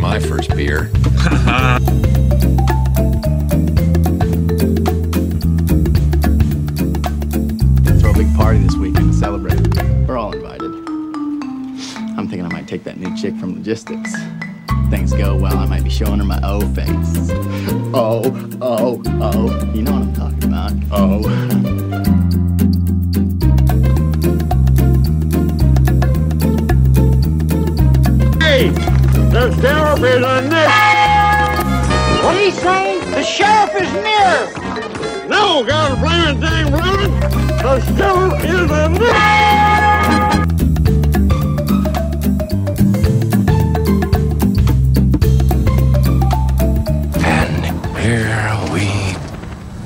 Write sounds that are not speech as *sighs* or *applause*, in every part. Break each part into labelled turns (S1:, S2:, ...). S1: my first beer.
S2: Throw a big party this weekend to celebrate. We're all invited. I'm thinking I might take that new chick from logistics. Things go well, I might be showing her my O face. *laughs* Oh, oh, oh. You know what I'm talking about. Oh.
S3: The sheriff is on this. What do you say? The sheriff is near. No, God blame it, dang Robin. The sheriff is on this.
S1: And here we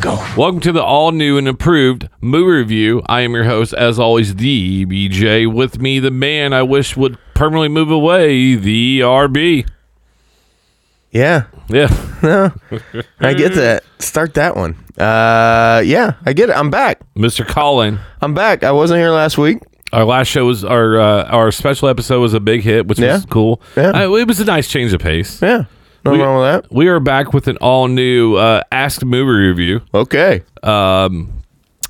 S1: go.
S4: Welcome to the all new and improved movie review. I am your host, as always, the BJ. With me, the man I wish would permanently move away, the E RB.
S5: Yeah,
S4: Yeah, *laughs*
S5: I
S4: Mm.
S5: get that. Start that one. Uh, yeah, I get it. I'm back.
S4: Mr. Colin.
S5: I'm back. I wasn't here last week.
S4: Our last show was our uh, our special episode was a big hit, which
S5: Yeah.
S4: was cool.
S5: Yeah.
S4: Uh, it was a nice change of pace.
S5: Yeah, nothing
S4: We-
S5: wrong with
S4: We are back with an all new uh, Ask the Movie review.
S5: that. Okay.
S4: Um,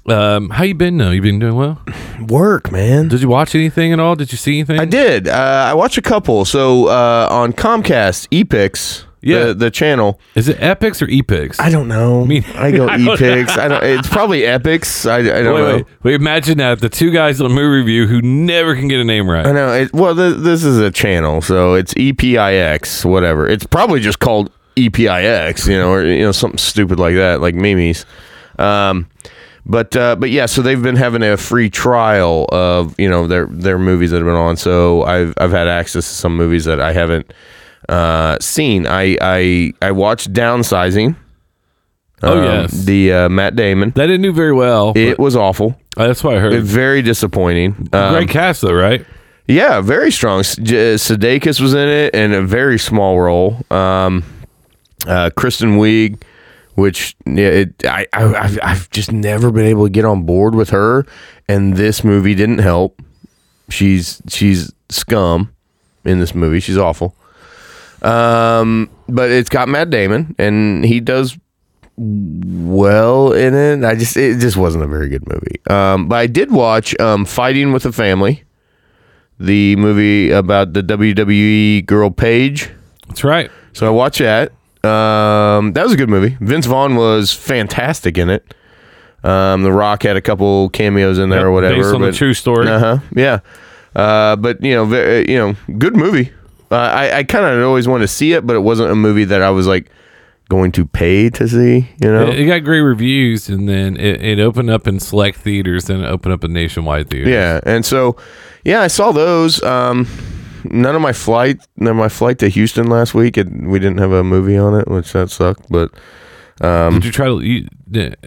S4: um, how you been though? You been doing well?
S5: Work, man.
S4: Did you watch anything at all? Did you see anything?
S5: I did. Uh, I watched a couple. So uh, on Comcast, E Epix,
S4: Yeah.
S5: the, the channel.
S4: Is it Epics or E Epics?
S5: I don't know.
S4: Me-
S5: I
S4: *laughs*
S5: go
S4: I don't-
S5: Epix. I don't. It's probably Epics. I, I don't
S4: wait,
S5: know.
S4: wait, wait. Imagine that the two guys on a movie review who never can get a name
S5: I
S4: right.
S5: know. It, well, th- this is a channel, so it's E EPIX, whatever. It's probably just called E EPIX, you know, or you know something stupid like that, like Mimi's. Um, but uh, but yeah, so they've been having a free trial of you know their their movies that have been on. So I've I've had access to some movies that I haven't uh, seen. I I I watched Downsizing.
S4: Oh,
S5: um,
S4: yes.
S5: the uh, Matt Damon.
S4: That didn't do very well.
S5: It
S4: but-
S5: was awful.
S4: uh, that's what I heard.
S5: Very disappointing. Um,
S4: Great cast though, right?
S5: yeah, very strong. S- J- Sudeikis was in it in a very small role. Um, uh, Kristen Wiig, which yeah, it, I, I I've, I've just never been able to get on board with her, and this movie didn't help. She's she's scum in this movie. She's awful. Um, but it's got Matt Damon, and he does well in it. I just it just wasn't a very good movie. Um, but I did watch um, Fighting with a Family the movie about the WWE girl Paige.
S4: That's right.
S5: So I watched that. Um, that was a good movie. Vince Vaughn was fantastic in it. Um, the Rock had a couple cameos in there
S4: Yep,
S5: or whatever.
S4: based on the true story.
S5: Uh huh. Yeah. Uh, but you know, ve- uh, you know, good movie. Uh, I, I kind of always wanted to see it, but it wasn't a movie that I was like going to pay to see. You know.
S4: It, it got great reviews, and then it, it opened up in select theaters, then it opened up in nationwide theaters.
S5: Yeah, and so yeah, I saw those. Um, none of my flight, none of my flight to Houston last week, it, we didn't have a movie on it, which that sucked. But um,
S4: Did you try to? You, did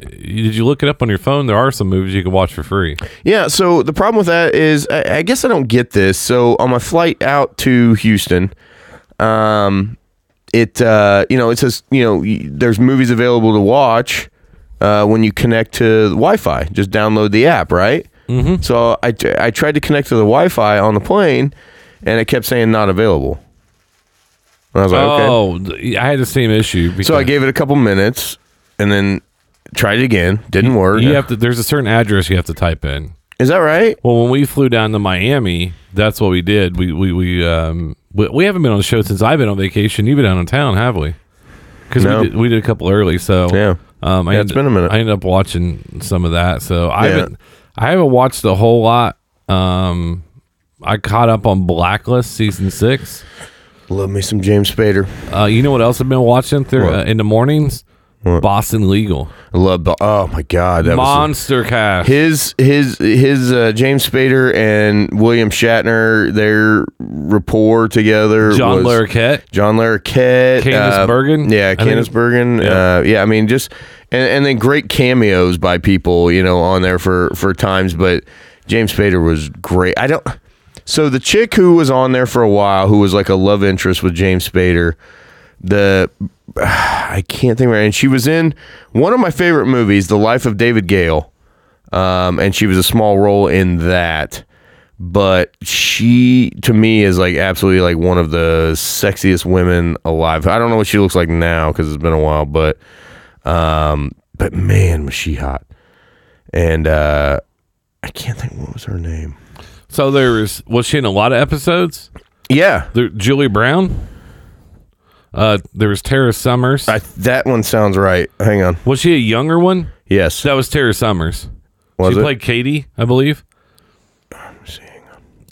S4: you look it up on your phone? There are some movies you can watch for free.
S5: yeah, so the problem with that is, I, I guess I don't get this. So on my flight out to Houston, um, it uh, you know it says you know y- there's movies available to watch uh, when you connect to the Wi-Fi. Just download the app, right? Mm-hmm. So I t- I tried to connect to the Wi-Fi on the plane, and it kept saying not available. And I was like, okay.
S4: Oh, th- I had the same issue. Because
S5: So I gave it a couple minutes, and then tried it again. Didn't work.
S4: you have to. There's a certain address you have to type in.
S5: Is that right?
S4: Well, when we flew down to Miami, that's what we did. We we we um we, we haven't been on the show since I've been on vacation. You've been out of town, have we? Because
S5: No.
S4: we, did, we did a couple early, so
S5: Yeah.
S4: Um, I
S5: Yeah, it's been a minute.
S4: I ended up watching some of that, so I
S5: Yeah.
S4: haven't I haven't watched a whole lot. Um, I caught up on Blacklist season six.
S5: Love me some James Spader.
S4: Uh, you know what else I've been watching through
S5: What?
S4: uh, in the mornings? Boston Legal,
S5: I love. Bo- Oh my God, that was.
S4: Monster Cash.
S5: His his his uh, James Spader and William Shatner, their rapport together.
S4: John
S5: was-
S4: Larroquette.
S5: John Larroquette,
S4: Candace
S5: uh,
S4: Bergen? I
S5: yeah,
S4: think
S5: Candace
S4: it-
S5: Bergen,
S4: yeah.
S5: yeah. Uh, yeah, I mean, just and, and then great cameos by people, you know, on there for for times. But James Spader was great. I don't. So the chick who was on there for a while, who was like a love interest with James Spader, the *sighs* I can't think right, and she was in one of my favorite movies, The Life of David Gale, um, and she was a small role in that. but she to me is like absolutely like one of the sexiest women alive. I don't know what she looks like now because it's been a while, but um, but man, was she hot. And uh, I can't think what was her name.
S4: So there was was she in a lot of episodes?
S5: Yeah,
S4: There, Julie Brown. Uh, there was Tara Summers.
S5: I, that one sounds right. Hang on.
S4: was she a younger one?
S5: Yes,
S4: That was Tara Summers.
S5: was
S4: she
S5: it?
S4: played Katie, I believe.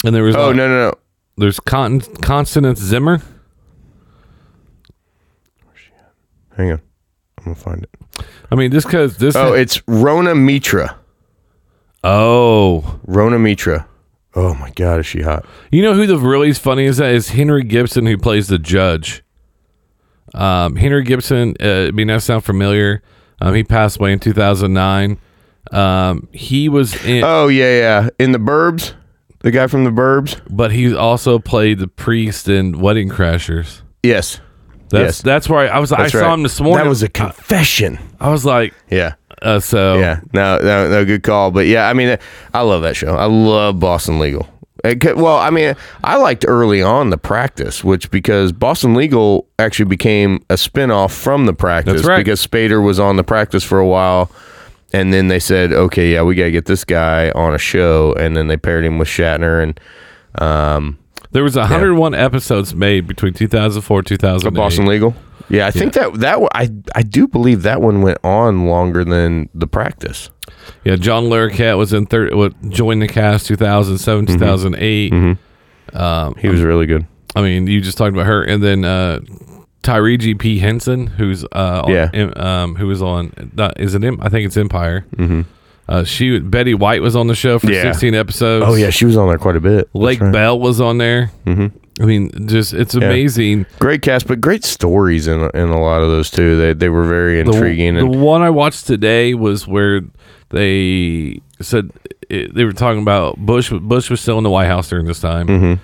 S4: And there was
S5: oh
S4: uh,
S5: no no no.
S4: there's Con- Constance Zimmer.
S5: Hang on, I'm gonna
S4: *laughs*
S5: find it.
S4: I mean, just because this.
S5: Oh, it's Rona Mitra.
S4: oh,
S5: Rona Mitra. Oh my God, is she hot?
S4: you know who the really funny is? That is Henry Gibson, who plays the judge. Um, Henry Gibson. Uh, I mean, that sound familiar. Um, he passed away in 2009. Um, he was in,
S5: Oh yeah yeah. In the Burbs, the guy from the Burbs.
S4: but he also played the priest in Wedding Crashers.
S5: Yes.
S4: That's
S5: Yes.
S4: that's where I, I was. I
S5: That's
S4: saw
S5: right.
S4: him this morning.
S5: That was a confession.
S4: I was like,
S5: Yeah.
S4: uh, so
S5: Yeah. No, no, no, good call. But yeah, I mean, I love that show. I love Boston Legal. It could- well, I mean, I liked early on the practice, which because Boston Legal actually became a spinoff from the practice
S4: That's right.
S5: because Spader was on the practice for a while. And then they said, okay, yeah, we got to get this guy on a show. And then they paired him with Shatner and
S4: There was 101 episodes made between 2004 2008.
S5: Boston Legal. Yeah, I think that that one- I I do believe that one went on longer than the practice.
S4: Yeah, John Larroquette was in third. Joined the cast 2007
S5: Mm-hmm.
S4: 2008.
S5: He was really good.
S4: I mean, you just talked about her, and then uh, Tyree G. P. Henson, who's uh, on,
S5: Yeah.
S4: em- um, who was on not, is it? Em- I think it's Empire. Mm-hmm. Uh, she Betty White was on the show for
S5: Yeah.
S4: 16 episodes.
S5: Oh yeah, she was on there quite a bit.
S4: Lake Bell was on there. Mm-hmm. I mean, just it's amazing.
S5: great cast, but great stories in in a lot of those too. They they were very
S4: The-
S5: intriguing.
S4: The,
S5: and,
S4: one I watched today was where they said it, they were talking about Bush. Bush was still in the White House during this time,
S5: Mm-hmm.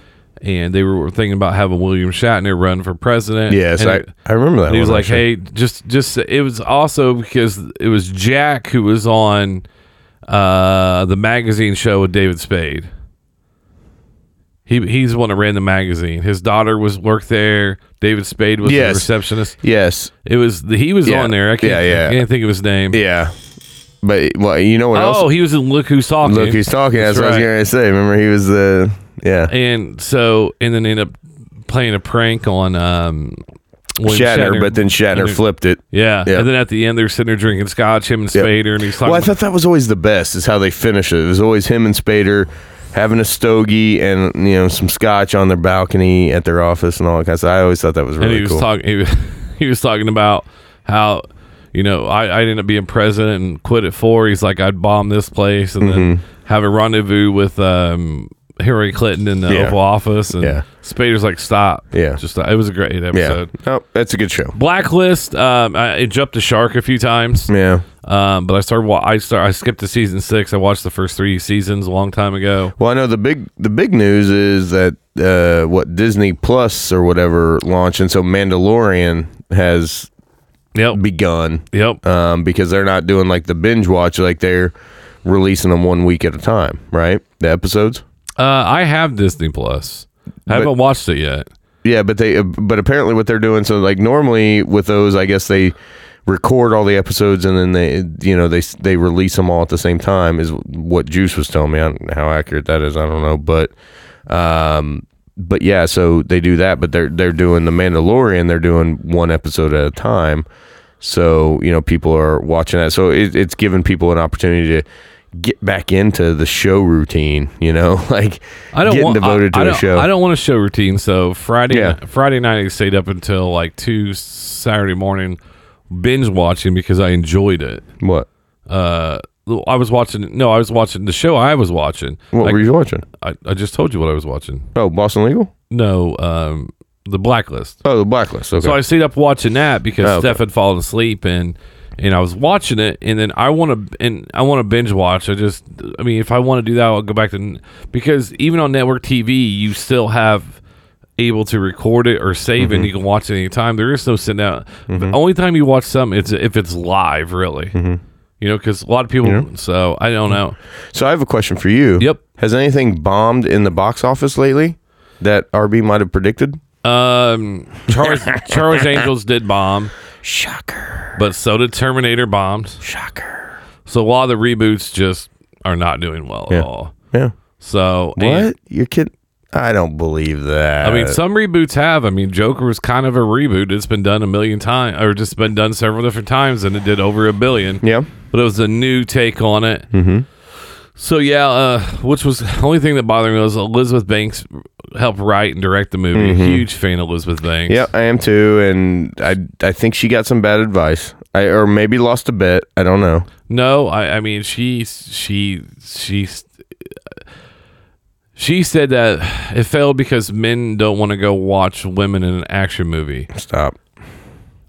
S4: and they were thinking about having William Shatner run for president.
S5: yes,
S4: And
S5: I,
S4: it-
S5: I remember that.
S4: and he was
S5: one,
S4: like,
S5: actually.
S4: "Hey, just just it was also because it was Jack who was on uh, the magazine show with David Spade. He he's the one that ran the magazine. His daughter was worked there. David Spade was the
S5: Yes.
S4: receptionist.
S5: yes,
S4: It was he was
S5: Yeah.
S4: on there. I can't,
S5: Yeah, yeah.
S4: I can't think of his name.
S5: yeah." But well, you know what
S4: Oh,
S5: else?
S4: he was in Look Who's Talking.
S5: Look, he's talking. That's, what I
S4: Oh, right.
S5: was gonna say. Remember, he was the yeah.
S4: And so and then ended up playing a prank on um William
S5: Shatner, but then Shatner
S4: And then-
S5: flipped it.
S4: Yeah.
S5: Yeah.
S4: And then at the end, they're sitting there drinking scotch, him and
S5: Yep.
S4: Spader, and he's talking.
S5: Well, I
S4: about-
S5: thought that was always the best. Is how they finish it. It was always him and Spader having a stogie and you know some scotch on their balcony at their office and all that kind of stuff. I always thought that was
S4: and
S5: really
S4: he was
S5: cool.
S4: talking. He, *laughs* was- he was talking about how you know I, I ended up being president and quit at four. He's like I'd bomb this place and then
S5: Mm-hmm.
S4: have a rendezvous with um, Hillary Clinton in the
S5: Yeah.
S4: Oval Office. And
S5: Yeah.
S4: Spader's like stop.
S5: Yeah.
S4: just stop. it was a great
S5: yeah,
S4: episode.
S5: oh, that's a good show.
S4: Blacklist. Um, I it jumped the shark a few times.
S5: Yeah.
S4: Um, but I started. wa- I start. I skipped to season six. I watched the first three seasons a long time ago.
S5: Well, I know the big the big news is that uh, what Disney Plus or whatever launched, and so Mandalorian has
S4: Yep.
S5: begun
S4: yep.
S5: um, because they're not doing like the binge watch, like they're releasing them one week at a time, right? The episodes.
S4: Uh, I have Disney Plus. I haven't watched it yet.
S5: Yeah, but they but apparently what they're doing so like normally with those, I guess they record all the episodes and then they you know they they release them all at the same time is what Juice was telling me. I don't know how accurate that is. I don't know, but um but yeah, so they do that, but they're they're doing the Mandalorian, they're doing one episode at a time. So, you know, people are watching that. So it, it's giving people an opportunity to get back into the show routine, you know, *laughs* like
S4: I don't
S5: getting
S4: want
S5: devoted
S4: I, I
S5: to a
S4: don't-
S5: show.
S4: I don't want a show routine. So Friday
S5: Yeah.
S4: Friday night I stayed up until like two Saturday morning binge watching because I enjoyed it.
S5: what?
S4: Uh, I was watching. No, I was watching the show. I was watching.
S5: What
S4: Like,
S5: were you watching?
S4: I, I just told you what I was watching.
S5: Oh, Boston Legal?
S4: No, um, the Blacklist.
S5: Oh, the blacklist. Okay.
S4: So I stayed up watching that because
S5: Oh, okay.
S4: Steph had fallen asleep and and I was watching it and then I want to and I want to binge watch. I just I mean if I want to do that I'll go back to because even on network TV you still have able to record it or save
S5: Mm-hmm.
S4: it and you can watch it anytime. There is no sitting down. The only time you watch something it's if it's live really. You know, because a lot of people.
S5: Mm-hmm. Yeah. Mm-hmm.
S4: So I don't know.
S5: So I have a question for you.
S4: Yep.
S5: Has anything bombed in the box office lately that RB might have predicted?
S4: Um,
S5: *laughs*
S4: Charles Charles Angels did bomb,
S5: Shocker.
S4: but so did Terminator bombed.
S5: Shocker.
S4: So a lot of the reboots just are not doing well
S5: Yeah.
S4: at all.
S5: Yeah.
S4: So
S5: What? Uh,
S4: and-
S5: You're kidding? I don't believe that.
S4: I mean, some reboots have. I mean, Joker was kind of a reboot. It's been done a million times, or just been done several different times, and it did over a billion.
S5: Yeah.
S4: but it was a new take on it. Mm-hmm. So yeah, uh, which was the only thing that bothered me was Elizabeth Banks helped write and direct the movie.
S5: Mm-hmm.
S4: Huge fan of Elizabeth Banks.
S5: Yeah, I am too, and I I think she got some bad advice, I, or maybe lost a bet. I don't know.
S4: No, I, I mean she she she she said that it failed because men don't want to go watch women in an action movie.
S5: Stop.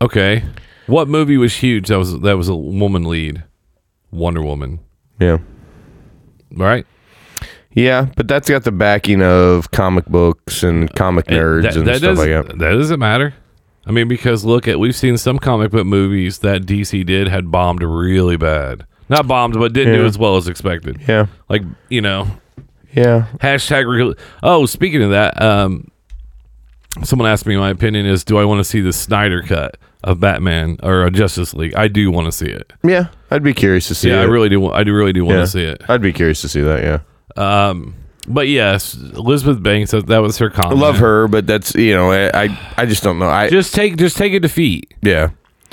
S4: Okay, what movie was huge? That was that was a woman lead, Wonder Woman,
S5: Yeah,
S4: right?
S5: yeah, but that's got the backing of comic books and comic nerds and stuff like
S4: doesn't-
S5: that.
S4: that doesn't matter. I mean, because look at we've seen some comic book movies that DC did had bombed really bad. Not bombed, but didn't do
S5: Yeah.
S4: as well as expected.
S5: Yeah,
S4: Like you know,
S5: yeah.
S4: hashtag. Real- oh, speaking of that, um, someone asked me my opinion is: Do I want to see the Snyder cut of Batman or a Justice League? I do want to see it.
S5: Yeah, I'd be curious to see.
S4: Yeah, I
S5: it.
S4: really do. wa- I do really do want
S5: Yeah.
S4: to see it.
S5: I'd be curious to see that. Yeah,
S4: Um, but yes, Elizabeth Banks. That, that was her
S5: I
S4: comment.
S5: love her, but that's you know, I I, I just don't know. I
S4: Just take, just take a defeat.
S5: yeah,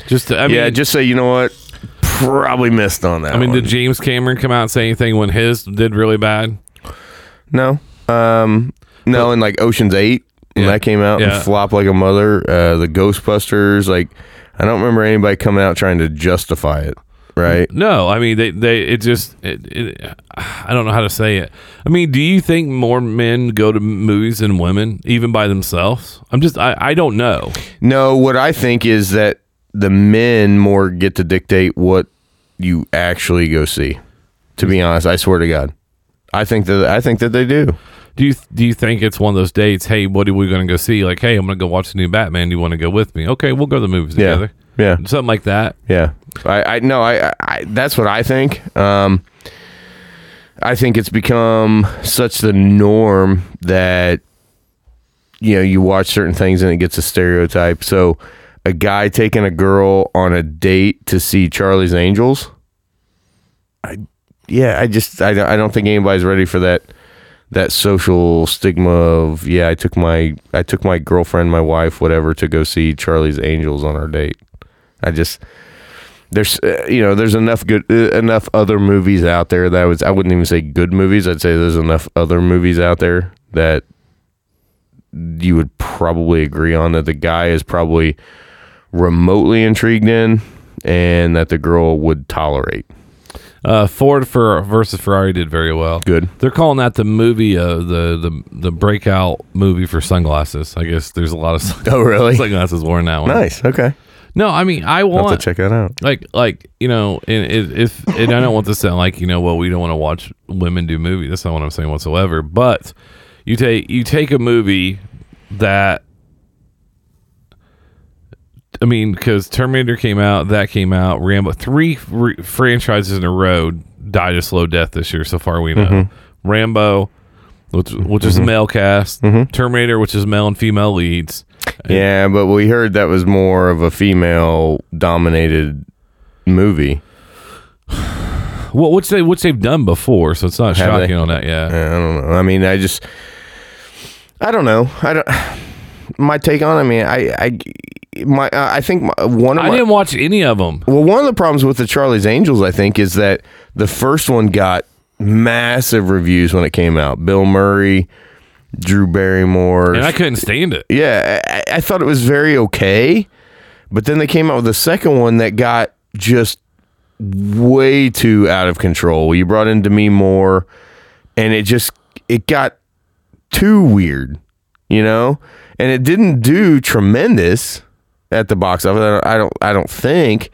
S4: Just, I mean,
S5: yeah. Just say you know what, probably missed on that.
S4: I mean,
S5: one.
S4: did James Cameron come out and say anything when his did really bad?
S5: No. Um no, and like Ocean's 8 when
S4: Yeah.
S5: that came out
S4: Yeah.
S5: and flopped like a mother, uh the Ghostbusters like I don't remember anybody coming out trying to justify it, right?
S4: No, I mean they they it just it, it, I don't know how to say it. I mean, do you think more men go to movies than women, even by themselves? I'm just I I don't know.
S5: No, what I think is that the men more get to dictate what you actually go see. To be honest, I swear to God. I think that I think that they do.
S4: Do you do you think it's one of those dates? Hey, what are we going to go see? Like, hey, I'm going to go watch the new Batman. Do you want to go with me? Okay, we'll go to the movies
S5: Yeah.
S4: together.
S5: Yeah.
S4: Something like that.
S5: Yeah, I, I no, I, I- I that's what I think. Um, I think it's become such the norm that you know you watch certain things and it gets a stereotype. So a guy taking a girl on a date to see Charlie's Angels, I yeah, I just I, don't- I don't think anybody's ready for that that social stigma of yeah I took my I took my girlfriend my wife whatever to go see Charlie's Angels on our date. I just there's uh, you know there's enough good uh, enough other movies out there that I was I wouldn't even say good movies I'd say there's enough other movies out there that you would probably agree on that the guy is probably remotely intrigued in and that the girl would tolerate
S4: Uh, Ford for versus Ferrari did very well.
S5: Good.
S4: They're calling that the movie, uh, the the the breakout movie for sunglasses. I guess there's a lot of *laughs* sun-
S5: *laughs* Oh, really?
S4: sunglasses worn that one.
S5: nice okay
S4: No, I mean I
S5: I'll have
S4: want
S5: to check that out
S4: like like you know, and it, if and I don't want this to sound like you know, well, we don't want to watch women do movies. That's not what I'm saying whatsoever. But you take you take a movie that. I mean, because Terminator came out, that came out, Rambo, three fr- franchises in a row died a slow death this year, so far we know. Mm-hmm. Rambo, which, which is male cast, Terminator, which is male and female leads,
S5: yeah but we heard that was more of a female dominated movie
S4: Well, which they which they've done before, so it's not
S5: Have
S4: shocking
S5: they?
S4: on that. Yeah.
S5: Eh, I don't know. I mean, I just, I don't know. I don't. My take on. it, I mean, I, I, my, I think my, one of
S4: I
S5: my.
S4: didn't watch any of them.
S5: well, one of the problems with the Charlie's Angels, I think, is that the first one got massive reviews when it came out. Bill Murray, Drew Barrymore,
S4: And I couldn't stand it.
S5: yeah, I, I- I thought it was very okay, but then they came out with a second one that got just way too out of control. You brought in Demi Moore, and it just it got too weird, you know. And it didn't do tremendous at the box office. I don't, I don't, I don't think.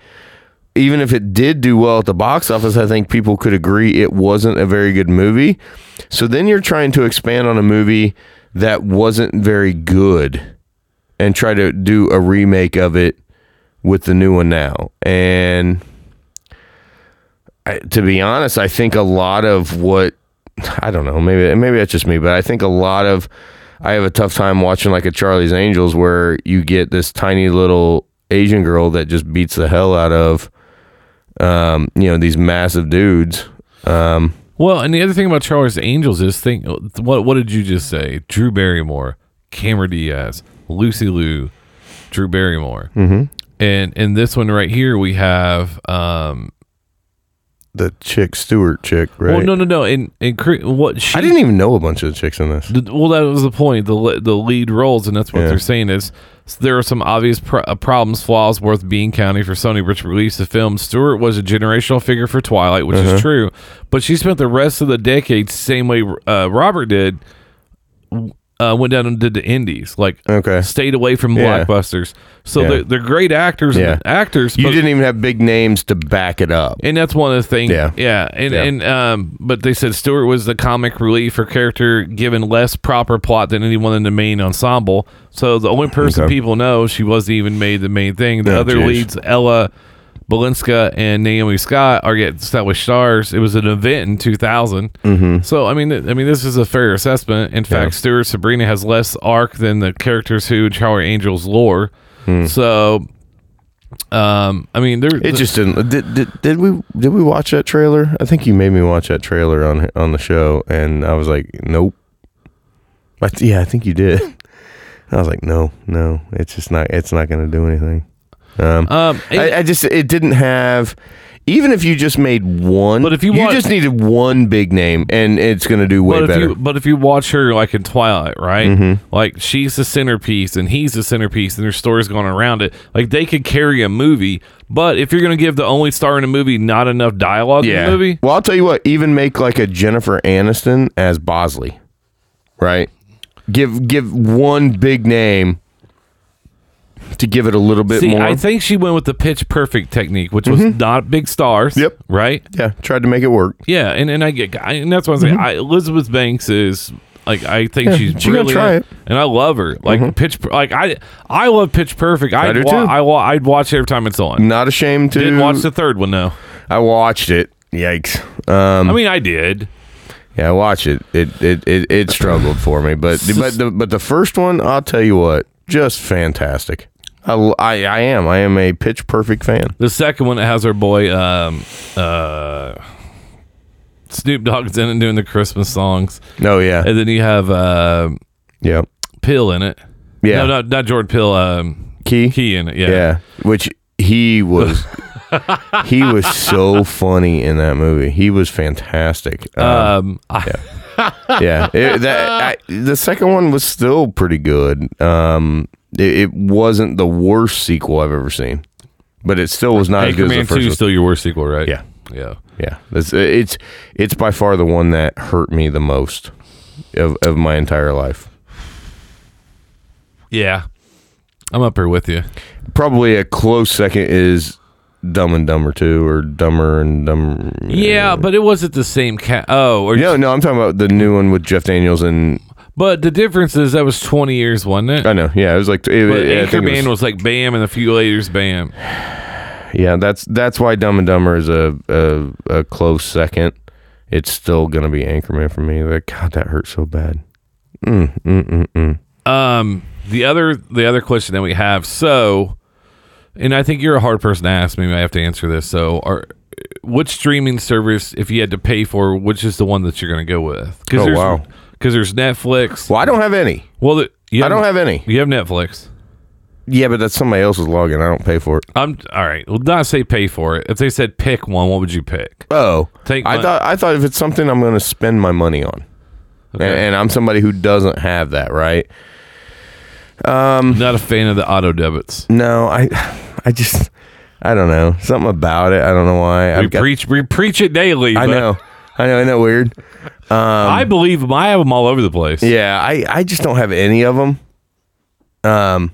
S5: Even if it did do well at the box office, I think people could agree it wasn't a very good movie. So then you're trying to expand on a movie that wasn't very good and try to do a remake of it with the new one now. And I, to be honest, I think a lot of what I don't know, maybe maybe that's just me, but I think a lot of I have a tough time watching like a Charlie's Angels where you get this tiny little Asian girl that just beats the hell out of um, you know, these massive dudes. Um,
S4: Well, and the other thing about Charlie's Angels is think what what did you just say? Drew Barrymore, Cameron Diaz, Lucy Liu, Drew Barrymore, mm-hmm. and and this one right here we have. Um,
S5: the chick Stewart chick, right?
S4: Well, no, no, no. And and cre- what she
S5: I didn't even know a bunch of the chicks in this.
S4: The- well, that was the point. The le- the lead roles, and that's what
S5: Yeah.
S4: they're saying is s- there are some obvious pro- uh, problems, flaws worth being counted for Sony, which released the film. Stewart was a generational figure for Twilight, which
S5: Uh-huh.
S4: is true, but she spent the rest of the decade same way uh, Robert did. w- Uh, went down and did the indies, like
S5: Okay.
S4: stayed away from
S5: Yeah.
S4: blockbusters. So
S5: Yeah.
S4: they're, they're great actors,
S5: Yeah.
S4: and actors.
S5: You
S4: but-
S5: didn't even have big names to back it up.
S4: and that's one of the things.
S5: Yeah.
S4: yeah, and
S5: Yeah.
S4: and um, but they said Stewart was the comic relief or character given less proper plot than anyone in the main ensemble. So the only person
S5: Okay.
S4: people know she wasn't even made the main thing. The
S5: Oh,
S4: other
S5: jeez.
S4: leads, Ella Balinska and Naomi Scott, are yet established stars. It was an event in 2000. Mm-hmm. So I mean, th- I mean, this is a fair assessment. In fact, Stewart Sabrina has less arc than the characters who in Charlie Angel's lore. So. Um, I mean, there.
S5: Hmm. It just didn't. Did, did, did we did we watch that trailer? I think you made me watch that trailer on on the show, and I was like, nope. I th- yeah, I think you did. *laughs* I was like, no, no, it's just not. It's not going to do anything. Um,
S4: um,
S5: I, I just it didn't have. Even if you just made one,
S4: But if you
S5: you
S4: want-
S5: just needed one big name, and it's going to do way
S4: but
S5: better. Mm-hmm.
S4: If you, but if you watch her like in Twilight, right? Like she's the centerpiece and he's the centerpiece, and their story's going around it. Like they could carry a movie, but if you're going to give the only star in a movie not enough dialogue in the movie,
S5: Well, I'll tell you what. Even make like a Jennifer Aniston as Bosley, right? Give give one big name to give it a little bit
S4: see,
S5: more. Mm-hmm.
S4: I think she went with the pitch perfect technique, which was not big stars.
S5: Yep.
S4: Right.
S5: yeah, tried to make it work.
S4: Yeah, and and I get, I, and that's what I'm saying. I, Elizabeth Banks is like, I think she's
S5: Mm-hmm. she gonna
S4: brilliant,
S5: try it. Mm-hmm.
S4: and I love her. Like pitch, Per- like I, I love Pitch Perfect. I'd
S5: do
S4: wa-
S5: too.
S4: I wa- I'd watch it every time it's on.
S5: Not ashamed to.
S4: Didn't watch the third one though.
S5: I watched it. Yikes. Um,
S4: I mean, I did.
S5: yeah, I watched it. It it it, it struggled for me, but but the, but the first one, I'll tell you what, just fantastic. I, l- I, I am I am a pitch perfect fan.
S4: The second one that has our boy um, uh, Snoop Dogg's in it doing the Christmas songs,
S5: No, Oh, yeah,
S4: and then you have uh,
S5: yeah,
S4: Pill in it.
S5: yeah.
S4: No, not not Jordan Pill. Um,
S5: Key
S4: Key in it. Yeah.
S5: Yeah. Which
S4: *laughs*
S5: he was he was so funny in that movie. He was fantastic. Uh,
S4: Um, I, Uh.
S5: yeah. It- that I, the second one was still pretty good. Um it, it wasn't the worst sequel I've ever seen. But it still was not
S4: Hey,
S5: as good as Uh, the
S4: Command Two
S5: first
S4: is
S5: one.
S4: still your worst sequel, right?
S5: Yeah.
S4: Yeah.
S5: Yeah. It's, it's it's by far the one that hurt me the most of, of my entire life.
S4: Yeah. I'm up here with you.
S5: Probably a close second is Dumb and Dumber 2 or Dumber and Dumber
S4: Yeah, but it wasn't the same cat. Oh, or
S5: No, no, I'm talking about the new one with Jeff Daniels and
S4: but the difference is that was 20 years, wasn't it?
S5: I know, yeah, it was like it,
S4: but
S5: yeah, I think it
S4: Anchorman was,
S5: was-
S4: like Bam, and a few later's Bam.
S5: yeah, that's that's why Dumb and Dumber is a a, a close second. It's still gonna be Anchorman for me. Like God, that hurt so bad.
S4: Um, the other the other question that we have, so, and I think you're a hard person to ask. Maybe I have to answer this. So, are which streaming service, if you had to pay for, which is the one that you're going to go with? Cause
S5: Oh,
S4: there's,
S5: wow.
S4: Because there's Netflix.
S5: Well, I don't have any.
S4: Well, the, you
S5: I don't have any.
S4: You have Netflix.
S5: Yeah, but that's somebody else's login. I don't pay for it.
S4: I'm all right. Well, not say pay for it. If they said pick one, what would you pick?
S5: Oh,
S4: Take
S5: I
S4: my-
S5: thought I thought if it's something I'm gonna spend my money on, And- and, I'm somebody who doesn't have that, right? Mm.
S4: Not a fan of the auto debits.
S5: No, I, I just, I don't know something about it. I don't know why.
S4: we preach we preach it daily.
S5: I
S4: but
S5: know. um, I know. Isn't that weird?
S4: I believe 'em. I have them all over the place.
S5: Yeah, I, I just don't have any of them. Um,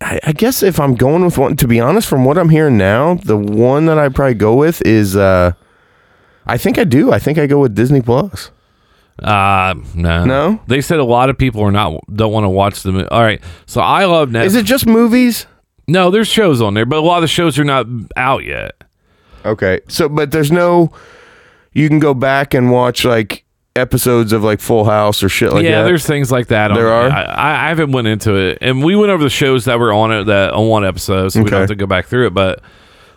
S5: I, I guess if I'm going with one, to be honest, from what I'm hearing now, the one that I probably go with is, uh, I think I do. I think I go with Disney Plus.
S4: Uh, no.
S5: No?
S4: They said a lot of people are not don't want to watch them. All right. So I love Netflix.
S5: Is it just movies?
S4: no, there's shows on there, but a lot of the shows are not out yet.
S5: Okay. So, but there's no. You can go back and watch like episodes of like Full House or shit like
S4: yeah,
S5: that.
S4: there's things like that. On
S5: There are?
S4: I- I, I haven't went into it, and we went over the shows that were on it that on one episode, so we
S5: Okay.
S4: don't have to go back through it. But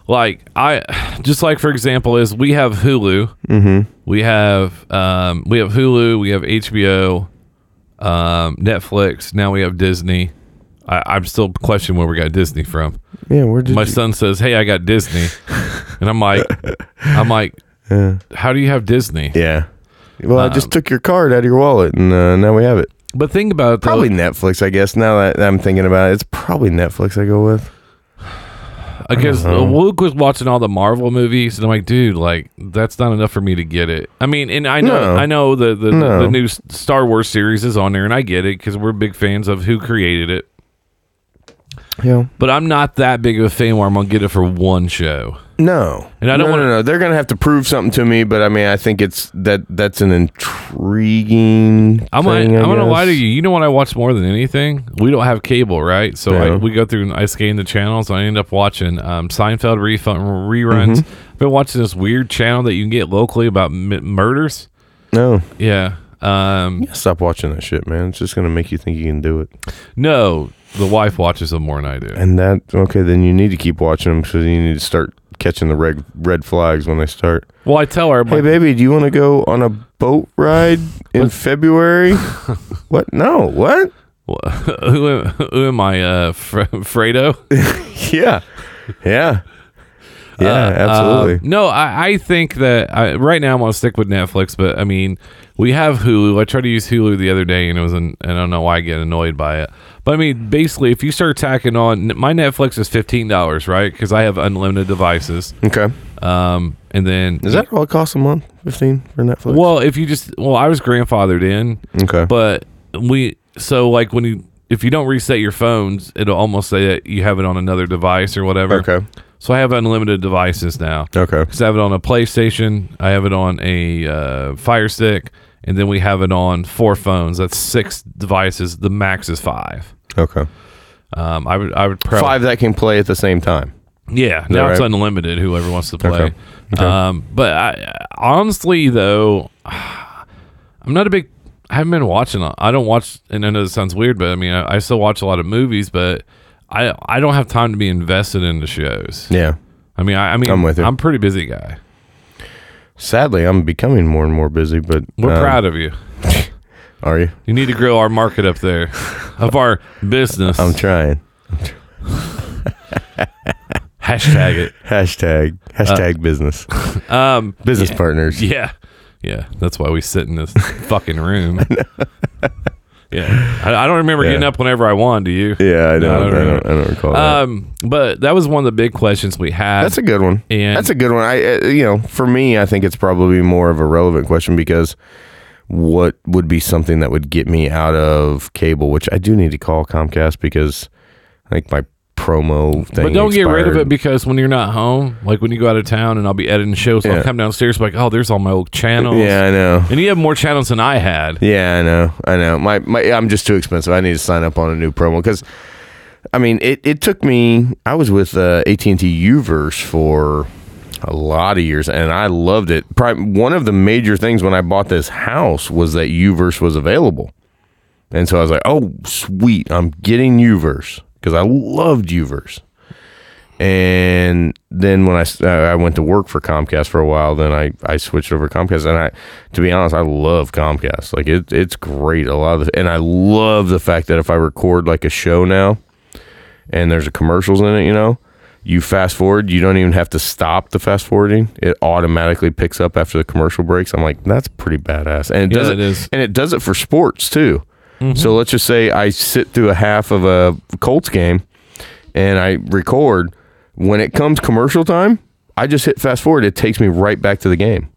S4: like I, just like for example, is we have Hulu, mm-hmm. we have um, we have Hulu, we have HBO, um, Netflix. Now we have Disney. I, I'm still questioning where we got Disney from.
S5: yeah, where did
S4: My
S5: you-
S4: son says, "Hey, I got Disney," and I'm like, I'm like,
S5: *laughs*
S4: how do you have Disney?
S5: Yeah. Well, I
S4: Um,
S5: just took your card out of your wallet, and uh, now we have it.
S4: But think about it, though.
S5: Probably Netflix, I guess. Now that I'm thinking about it, it's probably Netflix. I go with.
S4: Because Luke was watching all the Marvel movies, and I'm like, dude, like that's not enough for me to get it. I mean, and I know,
S5: No.
S4: I know the the,
S5: No.
S4: the new S- Star Wars series is on there, and I get it because we're big fans of who created it.
S5: Yeah.
S4: But I'm not that big of a fan where I'm gonna get it for one show.
S5: No.
S4: And I don't
S5: No,
S4: wanna-
S5: no, no. They're gonna have to prove something to me, but I mean, I think it's that that's an intriguing.
S4: I'm gonna,
S5: thing, I
S4: I'm gonna lie to
S5: guess.
S4: you. You know what I watch more than anything? We don't have cable, right? So I,
S5: No.
S4: we go through and I scan the channels. And I end up watching um, Seinfeld refund reruns.
S5: Mm-hmm.
S4: I've been watching this weird channel that you can get locally about m- murders.
S5: No.
S4: Yeah. Um,
S5: Stop watching that shit, man. It's just gonna make you think you can do it.
S4: No, the wife watches them more than I do.
S5: And that okay, then you need to keep watching them because you need to start catching the red red flags when they start.
S4: Well, I tell her, I'm
S5: Hey,
S4: like,
S5: baby, do you want to go on a boat ride
S4: *laughs*
S5: in February? what? No. What?
S4: who, am- who am I, uh, Fre- Fredo?
S5: Yeah. Yeah. Yeah.
S4: Um,
S5: absolutely.
S4: no, I, I think that I, right now I'm gonna stick with Netflix, but I mean, we have Hulu. I tried to use Hulu the other day, and it was an, I don't know why I get annoyed by it. But I mean, basically, if you start tacking on, my Netflix is fifteen dollars, right? Because I have unlimited devices.
S5: okay.
S4: Um, and then
S5: Is that all it costs a month? Fifteen for Netflix.
S4: well, if you just well, I was grandfathered in.
S5: okay.
S4: but we so like when you if you don't reset your phones it'll almost say that you have it on another device or whatever
S5: okay.
S4: so i have unlimited devices now
S5: Okay.
S4: because i have it on a playstation i have it on a uh, fire stick and then we have it on four phones that's six devices the max is five
S5: Okay.
S4: um, I would, I would probably
S5: Five that can play at the same time.
S4: yeah, now
S5: that
S4: it's
S5: right?
S4: unlimited. Whoever wants to play.
S5: Okay.
S4: Um, but I, honestly, though, *sighs* I'm not a big. I haven't been watching. a- I don't watch, and I know this sounds weird, but I mean, I, I still watch a lot of movies, but I I don't have time to be invested in the shows.
S5: Yeah.
S4: I mean, I, I mean,
S5: I'm with you.
S4: I'm a pretty busy guy.
S5: Sadly, I'm becoming more and more busy, but
S4: We're
S5: um,
S4: proud of you.
S5: Are you?
S4: You need to grow our market up there, of our business.
S5: *laughs* I'm trying.
S4: Hashtag it.
S5: Hashtag hashtag *laughs* business. Um, business partners.
S4: *laughs* Yeah. Yeah. That's why we sit *laughs* in this fucking *laughs* room. yeah. I, I don't remember
S5: Yeah.
S4: getting up whenever I wanted, do you?
S5: Yeah, I
S4: No,
S5: don't.
S4: I
S5: I,
S4: don't
S5: don't, I don't recall. that.
S4: Um, but that was one of the big questions we had.
S5: Uh, That's a good one.
S4: and-
S5: That's a good one. I, uh, you know, for me, I think it's probably more of a relevant question because what would be something that would get me out of cable, which I do need to call Comcast because I think my promo thing.
S4: but don't get rid of
S5: expired.
S4: it because when you're not home, like when you go out of town and I'll be editing shows, I'll
S5: Yeah.
S4: come downstairs like, oh, there's all my old channels.
S5: Yeah, I know.
S4: And you have more channels than I had.
S5: Yeah, I know. I know. My my I'm just too expensive. I need to sign up on a new promo cuz I mean, it, it took me I was with uh, AT&T Uverse for a lot of years and I loved it. Probably one of the major things when I bought this house was that Uverse was available. And so I was like, "Oh, sweet. I'm getting Uverse cuz I loved Uverse." And then when I, s- uh, I went to work for Comcast for a while, then I, I switched over to Comcast. And I, to be honest, I love Comcast. Like it, it's great. A lot of, the, and I love the fact that if I record like a show now and there's a commercials in it, you know, you fast forward, you don't even have to stop the fast forwarding. It automatically picks up after the commercial breaks. I'm like, that's pretty badass. And it
S4: Yeah,
S5: does
S4: it is. Mm-hmm.
S5: and it does it for sports too. So let's just say I sit through a half of a Colts game and I record. When it comes commercial time, I just hit fast forward. It takes me right back to the game.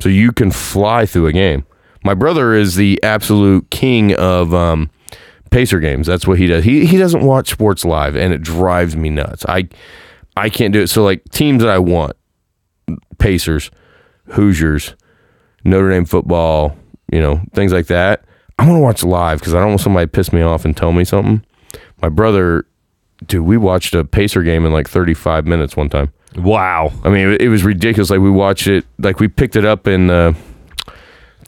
S5: So you can fly through a game. My brother is the absolute king of um, pacer games. That's what he does. He he doesn't watch sports live, and it drives me nuts. I I can't do it. So like teams that I want, Pacers, Hoosiers, Notre Dame football, you know, things like that. I want to watch live because I don't want somebody to piss me off and tell me something. My brother, dude, we watched a Pacer game in like 35 minutes one time.
S4: Wow.
S5: I mean, it, it was ridiculous. Like we watched it, like we picked it up in the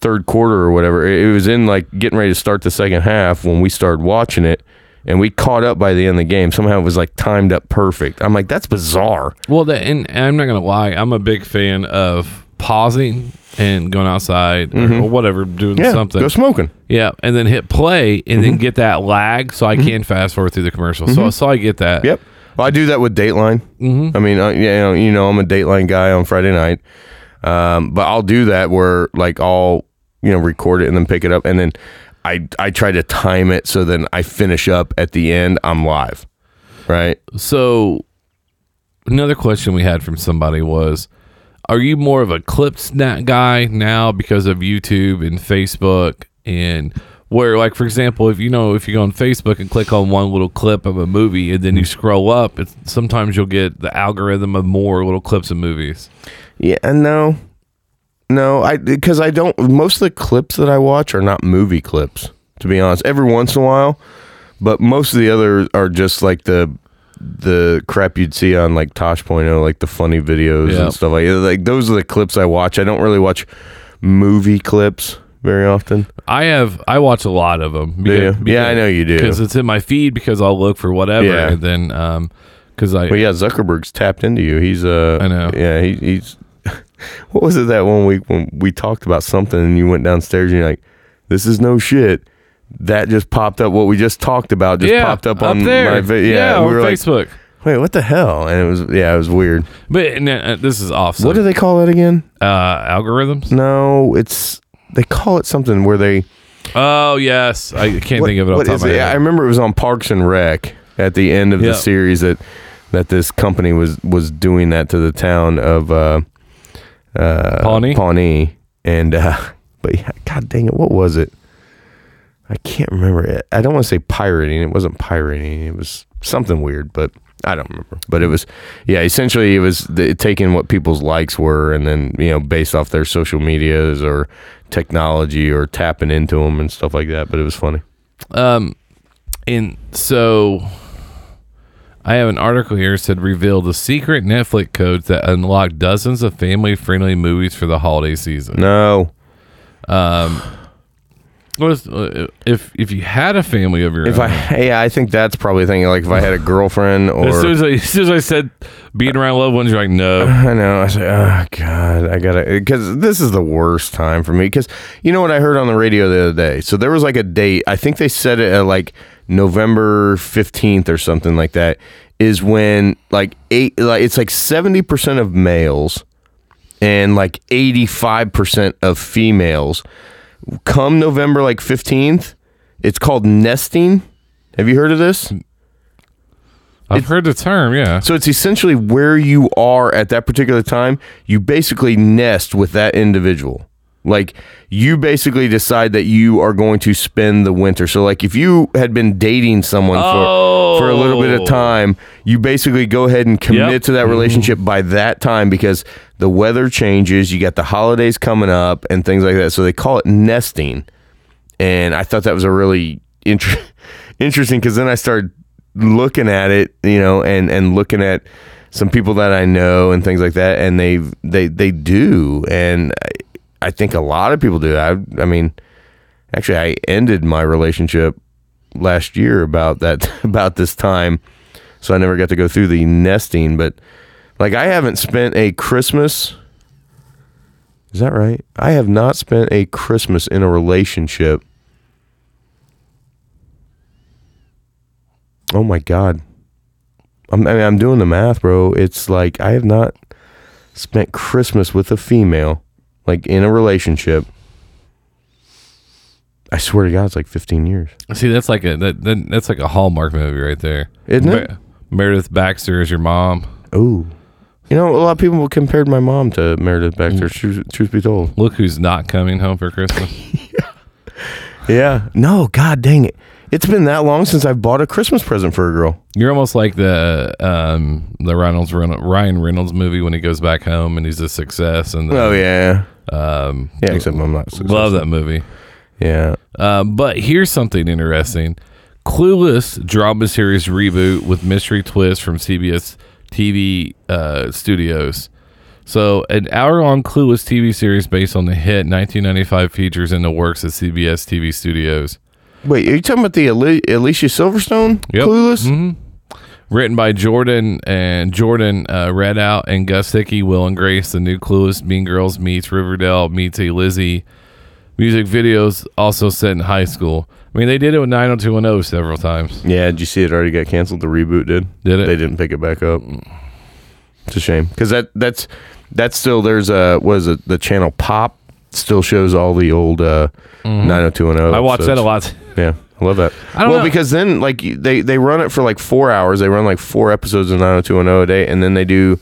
S5: third quarter or whatever. It, it was in like getting ready to start the second half when we started watching it, and we caught up by the end of the game. Somehow it was like timed up perfect. I'm like, that's bizarre.
S4: Well, that, and, and I'm not gonna lie, I'm a big fan of pausing and going outside or whatever, doing
S5: Yeah,
S4: something.
S5: go smoking.
S4: Yeah, and then hit play and then get that lag so I can fast forward through the commercial. So, so I get that.
S5: Yep. Well, I do that with Dateline. Mm-hmm. I mean, I, you, know, you know, I'm a Dateline guy on Friday night, um, but I'll do that where like I'll you know record it and then pick it up, and then I I try to time it so then I finish up at the end. I'm live, right?
S4: So another question we had from somebody was are you more of a clip snap guy now because of YouTube and Facebook and where like for example if you know if you go on Facebook and click on one little clip of a movie and then you scroll up it's, sometimes you'll get the algorithm of more little clips of movies.
S5: Yeah, uh, no, no, I because I don't. Most of the clips that I watch are not movie clips, to be honest. Every once in a while, but most of the others are just like the the crap you'd see on like Tosh Point oh, like the funny videos
S4: Yeah.
S5: and stuff like that. Like those are the clips I watch. I don't really watch movie clips very often.
S4: I have I watch a lot of them.
S5: Do you? Yeah, I know you do.
S4: Because it's in my feed because I'll look for whatever
S5: Yeah.
S4: and then um cuz I
S5: But yeah, Zuckerberg's tapped into you. He's uh,
S4: I know.
S5: Yeah, he, he's. *laughs* What was it that one week when we talked about something and you went downstairs and you're like, "This is no shit." That just popped up. What we just talked about just popped up, on my vi- yeah. we
S4: on
S5: were
S4: Facebook.
S5: like, "Wait, what the hell?" And it was yeah, it was weird.
S4: But and, uh, this is off.
S5: What do they call that again?
S4: uh, algorithms?
S5: No, it's they call it something where they
S4: Oh yes, I can't think of it off the top of my
S5: is it? I
S4: head.
S5: remember it was on Parks and Rec at the end of
S4: Yeah.
S5: the series that that this company was was doing that to the town of uh, uh,
S4: Pawnee?
S5: Pawnee, and uh, *laughs* but yeah, God dang it, what was it? I can't remember it. I don't want to say pirating. It wasn't pirating. It was something weird, but I don't remember. But it was, yeah. Essentially, it was the, taking what people's likes were, and then you know, based off their social medias or technology, or tapping into them and stuff like that. But it was funny.
S4: Um, And so, I have an article here that said reveal the secret Netflix codes that unlock dozens of family-friendly movies for the holiday
S5: Mm.
S4: season.
S5: No.
S4: What is- uh, if if you had a family of your
S5: If
S4: own,
S5: I yeah, I think that's probably the thing. Like if I had a girlfriend
S4: *laughs*
S5: or
S4: as soon as, I, as soon as I said being around loved ones, you're like, no.
S5: I know. I say, oh God, I gotta because this is the worst time for me. Because you know what I heard on the radio the other day. So there was like a date. I think they said it at like November fifteenth or something like that. Is when like eight. Like it's like seventy percent of males and like eighty five percent of females. Come November like fifteenth, it's called nesting. Have you heard of this?
S4: I've heard the term, yeah.
S5: So it's essentially where you are at that particular time. You basically nest with that individual. Like you basically decide that you are going to spend the winter. So like if you had been dating someone for for a little bit
S4: Oh.
S5: of time, you basically go ahead and commit
S4: Yep.
S5: to that relationship by that time because the weather changes, you got the holidays coming up and things like that. So they call it nesting and I thought that was a really inter- *laughs* interesting because then I started looking at it, you know, and and looking at some people that I know and things like that, and they they they do, and I, I think a lot of people do. I I mean, actually, I ended my relationship last year about that *laughs* about this time, so I never got to go through the nesting, but like I haven't spent a Christmas. Is that right? I have not spent a Christmas in a relationship. Oh my god. I'm, I mean, I'm doing the math, bro. It's like I have not spent Christmas with a female, like in a relationship. I swear to God, it's like 15 years.
S4: See, that's like a that, that that's like a Hallmark movie right there,
S5: Isn't it?
S4: Meredith Baxter is your mom.
S5: Oh, you know, a lot of people compared my mom to Meredith Baxter. Truth, truth be told,
S4: Look who's not coming home for *laughs* Christmas.
S5: Yeah. No, god dang it. It's been that long since I've bought a Christmas present for a girl.
S4: You're almost like the um the Reynolds Ryan Reynolds movie when he goes back home and he's a success and the,
S5: Oh, yeah.
S4: um
S5: Yeah, except I'm not successful.
S4: love that movie.
S5: Yeah.
S4: Um, but here's something interesting: Clueless drama series reboot with mystery twist from CBS TV uh, studios. So, an hour long clueless TV series based on the hit 1995 features in the works at CBS TV studios.
S5: Wait, are you talking about the Ali- Alicia Silverstone
S4: Yep. Mm-hmm.
S5: Clueless?
S4: Written by Jordan and Jordan uh, Redout and Gus Hickey, Will and Grace, the new Clueless, Mean Girls meets Riverdale meets A Lizzie. Music videos also set in high school. I mean, they did it with 90210 several times.
S5: Yeah, did you see it already got canceled? The reboot did.
S4: Did it? Mm.
S5: They didn't pick it back up. It's a shame because that that's that's still there's a what is it the channel Pop still shows all the old uh, 90210.
S4: Mm-hmm. I watched that a
S5: episodes.
S4: lot.
S5: Yeah, I love that.
S4: I don't
S5: well,
S4: know.
S5: because then like you- they they run it for like four hours. They run like four episodes of 90210 a day, and then they do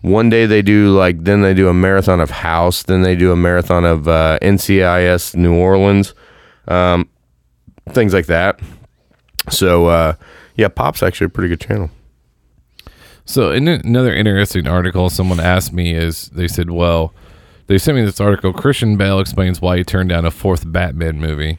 S5: one day they do like then they do a marathon of House, then they do a marathon of uh, NCIS New Orleans, um, things like that. So uh, yeah, Pop's actually a pretty good channel.
S4: So, in another interesting article, someone asked me is they said, "Well, they sent me this article. Christian Bale explains why he turned down a fourth Batman movie."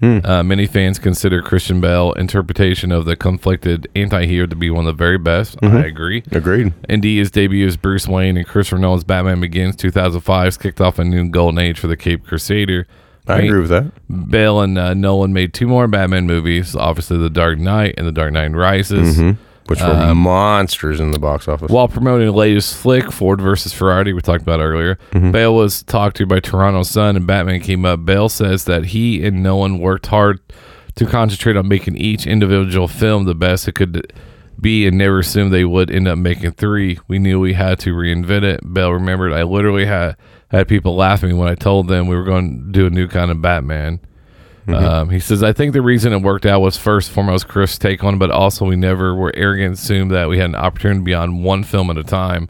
S5: Hmm.
S4: Uh, many fans consider Christian Bale interpretation of the conflicted anti-hero to be one of the very best.
S5: Mm-hmm.
S4: I agree.
S5: Agreed.
S4: Indeed, his debut as Bruce Wayne and Christopher Nolan's Batman Begins 2005 's kicked off a new golden age for the Cape Crusader.
S5: I
S4: Right?
S5: agree with that.
S4: Bale and uh, Nolan made two more Batman movies, obviously The Dark Knight and The Dark Knight Rises.
S5: Mm-hmm. Which were
S4: Um,
S5: monsters in the box office.
S4: While promoting the latest flick, Ford versus Ferrari, we talked about earlier, Bale was talked to by Toronto Sun and Batman came up. Bale says that he and Nolan worked hard to concentrate on making each individual film the best it could be and never assumed they would end up making three. We knew we had to reinvent it. Bale remembered I literally had had people laugh at me when I told them we were going to do a new kind of Batman. Um, he says, I think the reason it worked out was first and foremost Chris' take on, it, but also we never were arrogant, assumed that we had an opportunity beyond one film at a time.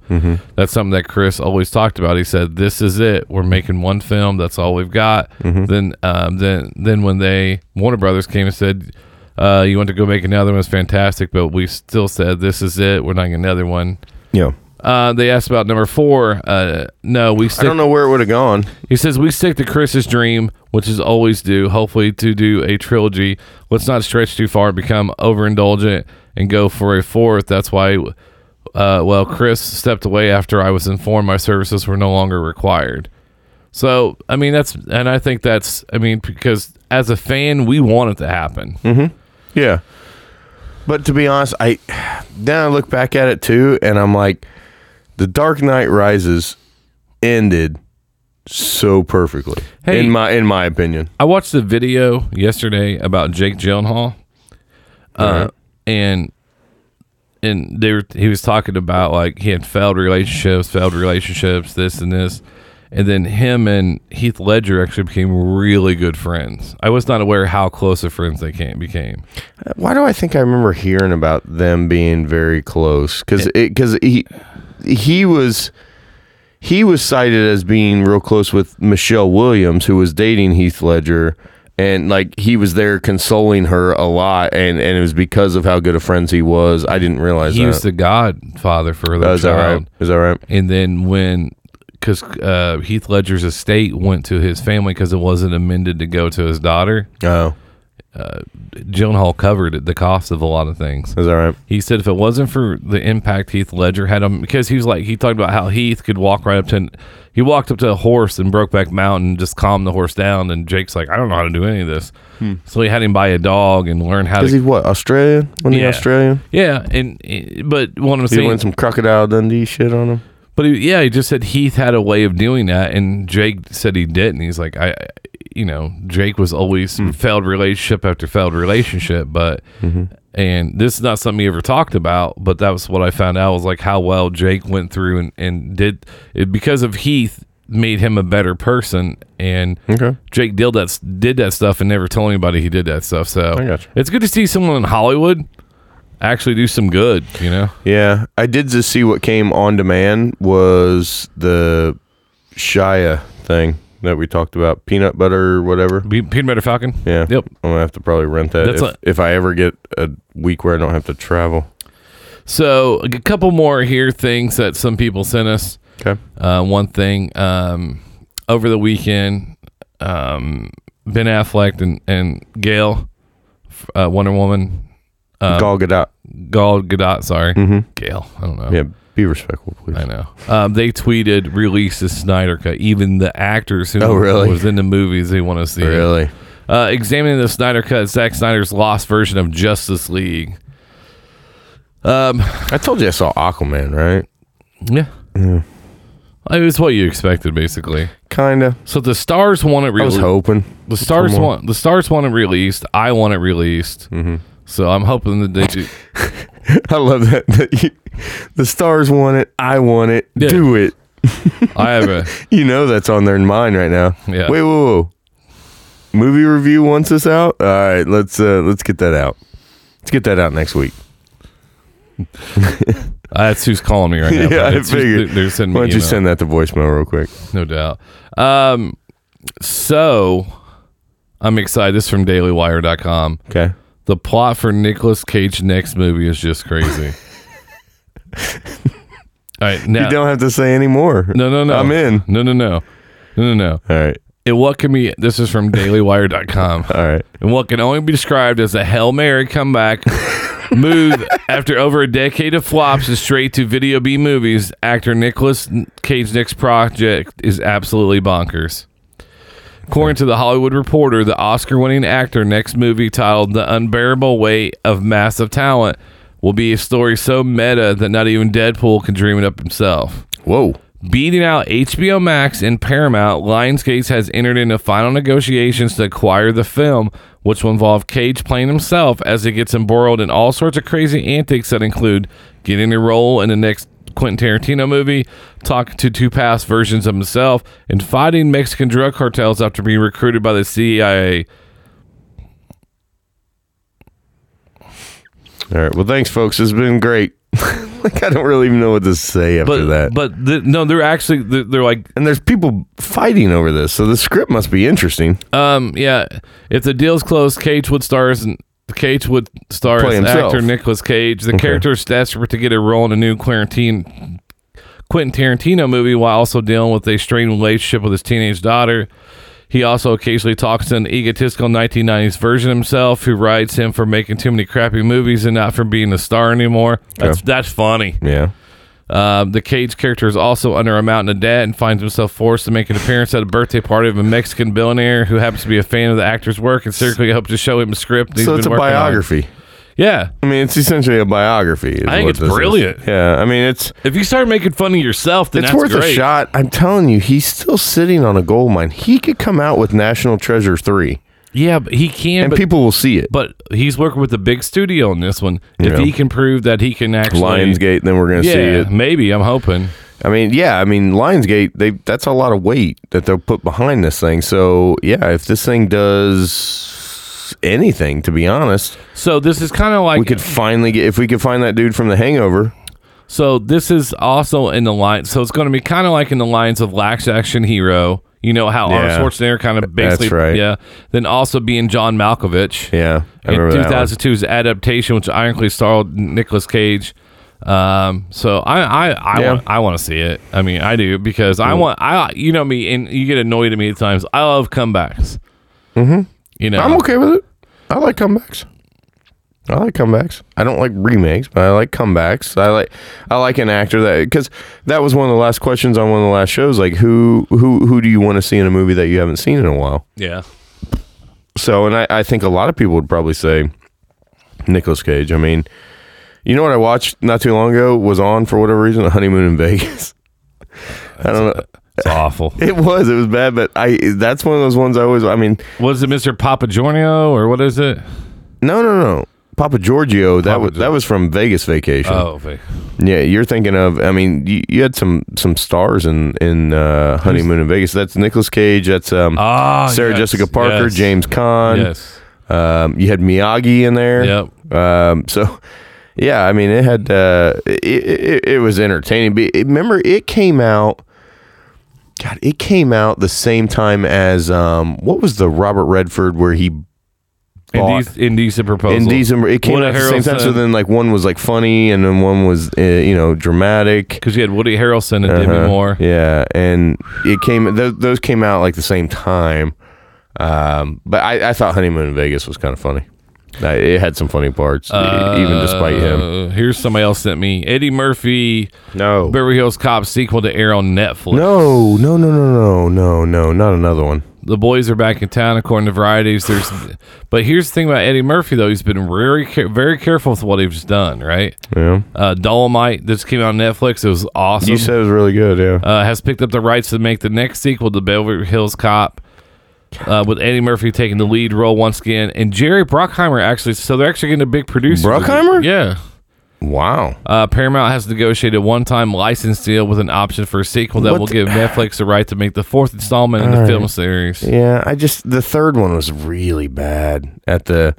S4: That's something that Chris always talked about. He said, "This is it. We're making one film. That's all we've got." Then, um, then, then when they Warner Brothers came and said, uh, "You want to go make another one? It's fantastic," but we still said, "This is it. We're not getting another one."
S5: yeah.
S4: Uh, they asked about number four. Uh, no, we
S5: I
S4: stick
S5: don't know where it would have gone.
S4: he says we stick to Chris's dream, which is always do, hopefully to do a trilogy. Let's not stretch too far, become overindulgent, and go for a fourth. That's why, uh, well, Chris stepped away after I was informed my services were no longer required. So I mean that's, and I think that's, I mean because as a fan we want it to happen.
S5: Yeah. But to be honest, I then I look back at it too, and I'm like, The Dark Knight Rises ended so perfectly.
S4: Hey.
S5: In my in my opinion.
S4: I watched the video yesterday about Jake Gyllenhaal, uh, and and they were he was talking about like he had failed relationships, failed relationships, this and this, and then him and Heath Ledger actually became really good friends. I was not aware how close of friends they came became.
S5: Why do I think I remember hearing about them being very close? Because because he he was he was cited as being real close with Michelle Williams, who was dating Heath Ledger, and like he was there consoling her a lot, and and it was because of how good of friends he was. I didn't realize
S4: He
S5: that.
S4: was the godfather for
S5: Oh,
S4: their
S5: is that
S4: child,
S5: right? Is that right?
S4: and then when. Because uh, Heath Ledger's estate went to his family because it wasn't amended to go to his daughter.
S5: Oh,
S4: Gyllenhaal covered the cost of a lot of things.
S5: is that right?
S4: He said if it wasn't for the impact Heath Ledger had on, because he was like he talked about how Heath could walk right up to, an, he walked up to a horse and broke back mountain, just calmed the horse down, and Jake's like I don't know how to do any of this,
S5: Hmm.
S4: so he had him buy a dog and learn how
S5: Is
S4: to.
S5: he what Australian? When he
S4: Yeah.
S5: Australian,
S4: yeah, and eh, but what I'm
S5: he
S4: saying,
S5: went some crocodile Dundee shit on him.
S4: but he, yeah, he just said Heath had a way of doing that, and Jake said he didn't. He's like I, you know, Jake was always
S5: Hmm.
S4: failed relationship after failed relationship, but
S5: Mm-hmm.
S4: and this is not something he ever talked about, but that was what I found out was like how well Jake went through and and did it because of Heath made him a better person and
S5: Okay.
S4: Jake did that did that stuff and never told anybody he did that stuff. So
S5: I gotcha.
S4: it's good to see someone in Hollywood actually do some good, you know.
S5: Yeah, I did just see what came on demand was the Shia thing that we talked about, peanut butter, or whatever.
S4: Be- Peanut Butter Falcon.
S5: Yeah.
S4: Yep.
S5: I'm gonna have to probably rent that
S4: That's
S5: if,
S4: a-
S5: if I ever get a week where I don't have to travel.
S4: So a couple more here things that some people sent us.
S5: Okay.
S4: Uh, one thing um, over the weekend, um, Ben Affleck and and Gail, uh, Wonder Woman,
S5: Gal Gadot. Mm-hmm.
S4: Gal Gadot. Sorry, Gail. I don't know.
S5: Yeah. Be respectful, please.
S4: oh. I know. Um, they tweeted release the Snyder cut. Even the actors who
S5: Oh, really?
S4: was in the movies they want to see. it.
S5: Really?
S4: Uh, examining the Snyder cut, Zack Snyder's lost version of Justice League. Um,
S5: I told you I saw Aquaman, right?
S4: yeah. I mean, it's what you expected, basically.
S5: Kinda.
S4: So the stars want it
S5: I was
S4: released.
S5: hoping.
S4: The stars
S5: more. Mm-hmm.
S4: want the stars want it released. I want it released. So I'm hoping that they do.
S5: I love that. that you, the stars want it. I want it.
S4: Yeah.
S5: Do it.
S4: I have a
S5: You know that's on their mind right now.
S4: Yeah.
S5: Wait, whoa, whoa. Movie review wants us out. All right, let's uh, let's get that out. Let's get that out next week.
S4: that's who's calling me right now.
S5: *laughs* yeah, I
S4: That's who's-
S5: figured.
S4: they're sending
S5: Why
S4: me
S5: don't you
S4: email.
S5: send that to voicemail real quick?
S4: no doubt. Um, so I'm excited. This is from DailyWire.com.
S5: Okay.
S4: The plot for Nicolas Cage's next movie is just
S5: *laughs*
S4: crazy. All right, now
S5: You don't have to say any more.
S4: no, no, no.
S5: I'm in.
S4: No, no, no, no, no, no.
S5: All right.
S4: And what can be? This is from
S5: *laughs*
S4: DailyWire.com.
S5: All right.
S4: and what can only be described as a Hail Mary comeback move after over a decade of flops and straight to video B movies, actor Nicholas Cage's next project is absolutely bonkers. According to the Hollywood Reporter, the Oscar winning actor next movie titled The Unbearable Weight of Massive Talent will be a story so meta that not even Deadpool can dream it up himself.
S5: Whoa.
S4: Beating out HBO Max and Paramount, Lionsgate has entered into final negotiations to acquire the film, which will involve Cage playing himself as he gets embroiled in all sorts of crazy antics that include getting a role in the next Quentin Tarantino movie, talking to two past versions of himself, and fighting Mexican drug cartels after being recruited by the CIA.
S5: All right. Well, thanks, folks. It's been great. *laughs* like I don't really even know what to say after
S4: But
S5: that.
S4: but the, no, they're actually they're, they're like
S5: and there's people fighting over this, so the script must be interesting.
S4: Um, yeah. If the deal's closed, Cage would star as Cage would star
S5: Play
S4: as
S5: himself.
S4: actor Nicolas Cage. The character's desperate to get a role in a new Quarantine Quentin Tarantino movie while also dealing with a strained relationship with his teenage daughter. He also occasionally talks to an egotistical 1990s version of himself who rides him for making too many crappy movies and not for being a star anymore. That's that's funny.
S5: Yeah.
S4: Um, the Cage character is also under a mountain of debt and finds himself forced to make an appearance at a birthday party of a Mexican billionaire who happens to be a fan of the actor's work and secretly hopes to show him a script. he's
S5: so it's a
S4: been working on.
S5: biography.
S4: Yeah.
S5: I mean, it's essentially a biography. is
S4: I think
S5: what
S4: it's
S5: this is.
S4: brilliant.
S5: Yeah, I mean, it's
S4: If you start making fun of yourself, then
S5: it's
S4: that's
S5: worth
S4: great.
S5: a shot. I'm telling you, he's still sitting on a gold mine. He could come out with National Treasure three,
S4: Yeah, but he can.
S5: and
S4: But,
S5: people will see it.
S4: but he's working with the big studio on this one. If
S5: Yeah.
S4: he can prove that he can actually.
S5: Lionsgate, then we're gonna
S4: Yeah,
S5: see it.
S4: maybe. I'm hoping.
S5: I mean, yeah, I mean, Lionsgate, they that's a lot of weight that they'll put behind this thing. So yeah, if this thing does anything, to be honest,
S4: So this is kind of like
S5: we could finally get if we could find that dude from The Hangover.
S4: So this is also in the line. So it's going to be kind of like in the lines of Lax Action Hero. You know how
S5: Yeah.
S4: Arnold Schwarzenegger kind of
S5: That's
S4: basically,
S5: right.
S4: yeah. Then also being John Malkovich.
S5: Yeah, I
S4: in
S5: remember that one.
S4: 2002's adaptation, which ironically starred Nicolas Cage. Um, so I I I
S5: Yeah. Mm.
S4: want I want to see it. I mean, I do because I want I you know me and you get annoyed at me at times. I love comebacks. Mm-hmm. You know,
S5: I'm okay with it. I like comebacks. I like comebacks. I don't like remakes, but I like comebacks. I like I like an actor that because that was one of the last questions on one of the last shows. Like who who who do you want to see in a movie that you haven't seen in a while?
S4: Yeah,
S5: So, and I, I think a lot of people would probably say Nicolas Cage. I mean, you know what I watched not too long ago was on for whatever reason a honeymoon in *laughs* Vegas. I don't know.
S4: it's *laughs* awful.
S5: It was it was bad, but I that's one of those ones I always. I mean,
S4: Was it Mr. Papa Giorno or what is it?
S5: no, no, no. Papa Giorgio, that
S4: Papa
S5: was
S4: Gio-
S5: that was from Vegas Vacation.
S4: Oh, okay.
S5: Yeah, you're thinking of. I mean, you, you had some some stars in in uh, honeymoon in Vegas. That's Nicolas Cage. That's um,
S4: Ah,
S5: Sarah
S4: yes,
S5: Jessica Parker,
S4: yes,
S5: James Caan.
S4: Yes.
S5: Um, you had Miyagi in there.
S4: Yep.
S5: Um, so, *laughs* yeah, I mean, it had uh, it, it, it was entertaining. But it- remember, it came out. God, it came out the same time as um, what was the Robert Redford where he bought
S4: Indecent, indecent proposal.
S5: indecent? It came
S4: Woody
S5: out at the same time. So
S4: Harrelson.
S5: then, like one was like funny, and then one was uh, you know dramatic.
S4: Because you had Woody Harrelson and Demi
S5: Uh-huh.
S4: Moore.
S5: Yeah, and it came th- those came out like the same time. Um, but I, I thought honeymoon in Vegas was kind of funny. I- It had some funny parts, e- even despite him.
S4: Uh, here's somebody else sent me Eddie Murphy
S5: No.
S4: Beverly Hills Cop sequel to air on Netflix.
S5: No, no, no, no, no, no, no, not another one.
S4: the boys are back in town according to varieties there's but here's the thing about eddie murphy though he's been very care- very careful with what he's done right
S5: Yeah.
S4: uh dolomite that just came out on netflix it was awesome
S5: You said it was really good, yeah.
S4: uh, has picked up the rights to make the next sequel to Beverly Hills Cop, uh, with Eddie Murphy taking the lead role once again, and Jerry Bruckheimer actually. So they're actually getting a big producer.
S5: Bruckheimer?
S4: yeah.
S5: Wow.
S4: Uh, Paramount has negotiated a one-time license deal with an option for a sequel that
S5: What
S4: will
S5: the-
S4: give Netflix the right to make the fourth installment in the film series.
S5: Yeah, I just the third one was really bad at the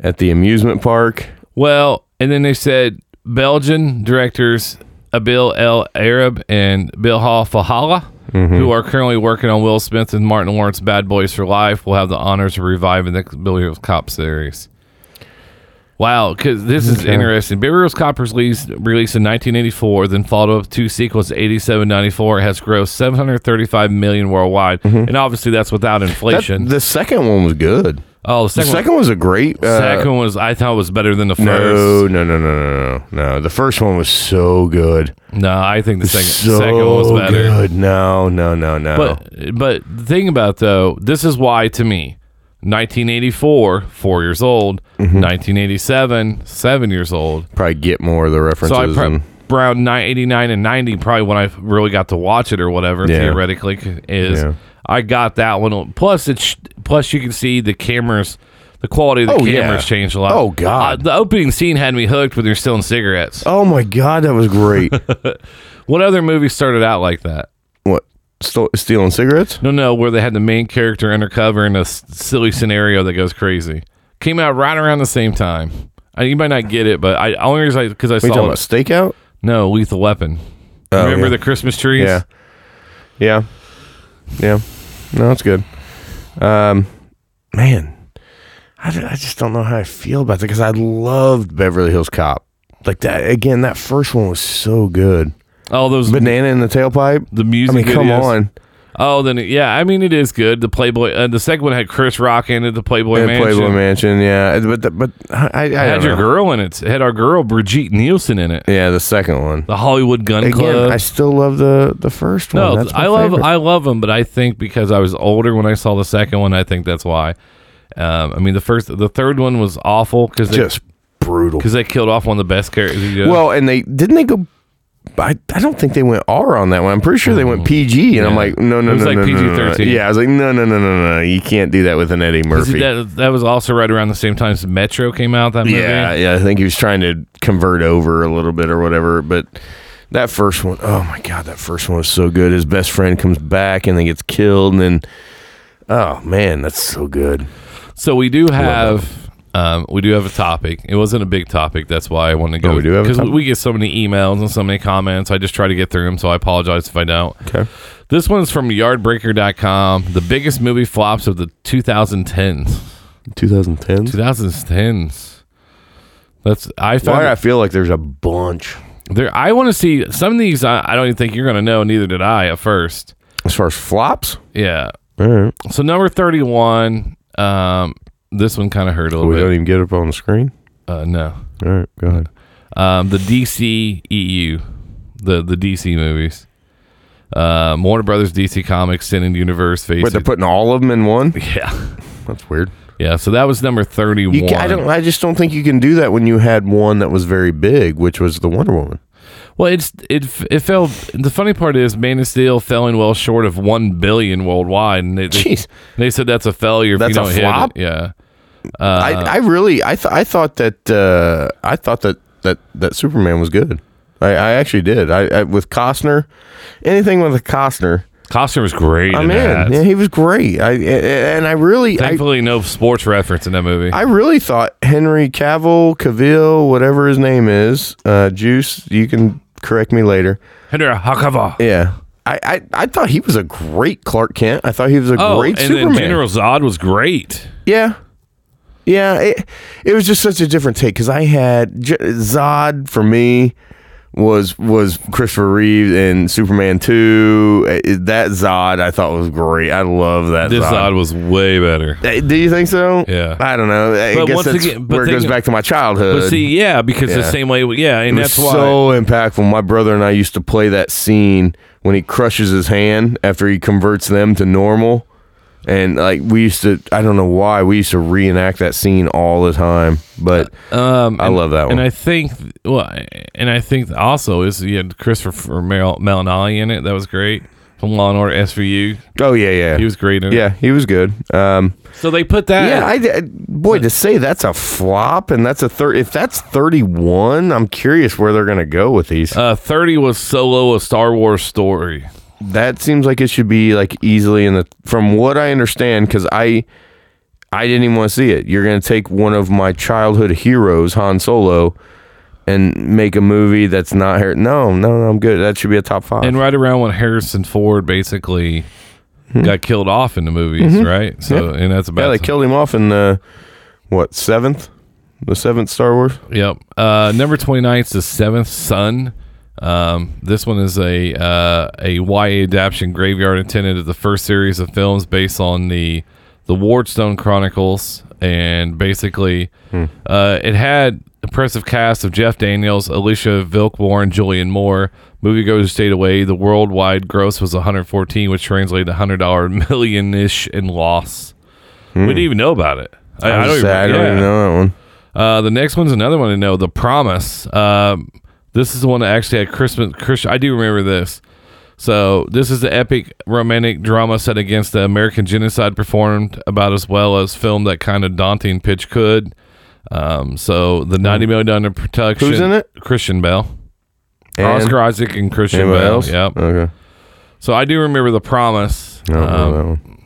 S5: at the amusement park.
S4: Well, and then they said Belgian directors Abil El Arab and Bilhah Fahala,
S5: Mm-hmm.
S4: who are currently working on Will Smith and Martin Lawrence Bad Boys for Life, will have the honors of reviving the Beverly Hills Cop series. Wow, because this is interesting. Beverly Hills Cop was released, released in 1984, then followed up two sequels, 87, 94. It has grossed 735 million worldwide, and obviously that's without
S5: Mm-hmm. That-
S4: inflation.
S5: the second one was good.
S4: oh, the
S5: The
S4: second,
S5: second, one was a great.
S4: one,
S5: Uh,
S4: second was I thought was better than the first.
S5: no, no, no, no, no, no, no. The first one was so good.
S4: No, I think the second
S5: so
S4: second one was better.
S5: good. No, no, no, no.
S4: But but the thing about though, this is why to me, 1984, four years old,
S5: Mm-hmm.
S4: 1987, seven years old.
S5: Probably get more of the
S4: So I
S5: references.
S4: pro-
S5: and-
S4: around 9, 89 and 90, probably when I really got to watch it or whatever.
S5: Yeah.
S4: Theoretically, c- is
S5: Yeah.
S4: I got that one. Plus it's plus you can see the cameras. The quality of the
S5: Oh,
S4: cameras
S5: yeah.
S4: changed a lot.
S5: Oh, God.
S4: Uh, the opening scene had me hooked when they're stealing cigarettes.
S5: oh my god, that
S4: *laughs*
S5: was great.
S4: What other movie started out like that?
S5: what? Sto- stealing cigarettes?
S4: No, no, where they had the main character undercover in a s- silly scenario that goes crazy. Came out right around the same time. I, you might not get it, but I only reason because I
S5: What you
S4: saw
S5: talking
S4: it-
S5: about? Stakeout?
S4: no Lethal Weapon.
S5: Oh,
S4: Remember
S5: yeah.
S4: the Christmas trees?
S5: Yeah. Yeah. Yeah. No, it's good. Um, man, I, d- I just don't know how I feel about that because I loved Beverly Hills Cop. Like that again, that first one was so good.
S4: Oh, those
S5: Banana in the tailpipe.
S4: the
S5: I
S4: music.
S5: mean, come
S4: videos.
S5: on.
S4: Oh, then it- yeah, I mean it is good. The Playboy. Uh, the second one had Chris Rock in it. The Playboy
S5: And
S4: Mansion.
S5: Playboy Mansion, yeah. But the, but I, I, I
S4: It had
S5: don't
S4: your
S5: know.
S4: girl in it. It had our girl Brigitte Nielsen in it.
S5: Yeah, the second one.
S4: The Hollywood Gun
S5: Again,
S4: Club.
S5: I still love the the first one.
S4: No,
S5: That's my
S4: I love
S5: favorite.
S4: I love them, but I think because I was older when I saw the second one, I think that's why. Um, I mean, the first, the third one was awful because they,
S5: just brutal.
S4: cause they killed off one of the best characters. you know?
S5: Well, and they didn't they go. I, I don't think they went R on that one. I'm pretty sure they went PG, and I'm
S4: Mm. Yeah.
S5: like, no, no,
S4: It was
S5: no,
S4: like
S5: no, no, no, no,
S4: PG-13.
S5: Yeah, I was like, no, no, no, no, no, you can't do that with an Eddie
S4: See,
S5: Murphy.
S4: that that was also right around the same time as Metro came out. That movie.
S5: yeah, yeah, I think he was trying to convert over a little bit or whatever. But that first one, oh my god, that first one was so good. His best friend comes back and then gets killed, and then oh man, that's so good.
S4: So we do have. Um, we do have a topic. It wasn't a big topic. That's why I wanted to go.
S5: Oh, we do have a
S4: because
S5: topic?
S4: we get so many emails and so many comments. I just try to get through them. So I apologize if I don't.
S5: Okay,
S4: This one's from Yardbreaker.com. The biggest movie flops of the 2010s.
S5: 2010.
S4: 2010s. That's I
S5: Why
S4: found
S5: do I feel like there's a bunch
S4: there. I want to see some of these. I, I don't even think you're gonna know. Neither did I at first.
S5: as far as flops?
S4: Yeah.
S5: All right,
S4: So number thirty-one. Um, this one kind of hurt a little
S5: we don't e-,
S4: bit.
S5: even get it up on the screen.
S4: Uh, no.
S5: All right, go ahead.
S4: Um, the DC EU, the the DC movies. Um, Warner Brothers, DC Comics, Sin and Universe, Face.
S5: But they're
S4: It.
S5: putting all of them in one.
S4: yeah,
S5: *laughs* That's weird.
S4: yeah. So that was number thirty-one.
S5: You ca I don't. I just don't think you can do that when you had one that was very big, which was the Wonder Woman.
S4: Well, it's it f- it fell. The funny part is, Man of Steel fell in well short of one billion worldwide, and they, they-
S5: Jeez.
S4: they said that's a failure. If
S5: That's
S4: you
S5: a
S4: don't hit it.
S5: flop?
S4: Yeah,
S5: I, I really, I, th- I thought that, uh, I thought that that that Superman was good. I, I actually did. I, I with Costner, anything with a Costner,
S4: costume was great.
S5: I'm
S4: in
S5: in.
S4: that.
S5: Yeah, he was great. I and I really, I,
S4: Thankfully, no sports reference in that movie.
S5: I really thought Henry Cavill, Cavill, whatever his name is, uh, Juice. You can correct me later.
S4: Henry Hakava.
S5: Yeah. I, I, I thought he was a great Clark Kent. I thought he was a
S4: Oh,
S5: great
S4: and
S5: Superman.
S4: then General Zod was great.
S5: yeah. Yeah. It, it was just such a different take because I had J- Zod for me was was Christopher Reeve in Superman Two. Uh, it- That Zod I thought was great. I love that.
S4: This
S5: Zod.
S4: odd was way better.
S5: Uh, Do you think so?
S4: Yeah.
S5: I don't know. I
S4: But
S5: guess
S4: once
S5: that's
S4: again- but
S5: where it
S4: think-
S5: goes back to my childhood.
S4: But see, yeah, because the
S5: Yeah.
S4: same way, yeah, and
S5: It
S4: that's
S5: was
S4: why.
S5: so impactful. My brother and I used to play that scene when he crushes his hand after he converts them to normal. And like we used to, I don't know why we used to reenact that scene all the time, but
S4: um,
S5: I
S4: and-
S5: love that one.
S4: And I think, well, and I think also is you had Christopher Mel- Melanie in it. That was great from Law and Order SVU.
S5: oh yeah, yeah,
S4: He was great in it.
S5: yeah, he was good. Um,
S4: So they put that.
S5: yeah, I, I- boy, to say that's a flop and that's a third. If that's thirty-one, I'm curious where they're gonna go with these.
S4: uh, Thirty was solo a Star Wars story.
S5: that seems like it should be like easily in the from what i understand because i i didn't even want to see it you're gonna take one of my childhood heroes han solo and make a movie that's not her no no no i'm good that should be a top five
S4: And right around when Harrison Ford basically got killed off in the movies, right? So and that's about
S5: Hmm. Mm-hmm. yeah they
S4: the-
S5: killed him off in the what seventh the seventh star wars
S4: Yep. Uh, number twenty nine is the Seventh Son. Um, this one is a uh, a YA adaptation graveyard intended as the first series of films based on the the Wardstone Chronicles, and basically,
S5: Hmm.
S4: uh, it had impressive cast of Jeff Daniels, Alicia Vilkborn, Julian Moore. Movie goes stayed away. The worldwide gross was 114, which translated to hundred dollar million ish in loss. We didn't even know about it. I, I
S5: Hmm. was sad, I don't
S4: yeah.
S5: even know that one
S4: Uh, the next one's another one I know, The Promise. Um, this is the one that actually had Christmas. Christian, I do remember this. So this is the epic romantic drama set against the American genocide performed about as well as filmed that kind of daunting pitch could. Um, so the ninety million dollar production.
S5: Hmm. Who's in it?
S4: Christian Bell,
S5: And
S4: Oscar Isaac, and Christian
S5: anybody
S4: Bell.
S5: else
S4: Yep.
S5: okay
S4: So I do remember the promise.
S5: I don't know that
S4: Um,
S5: one.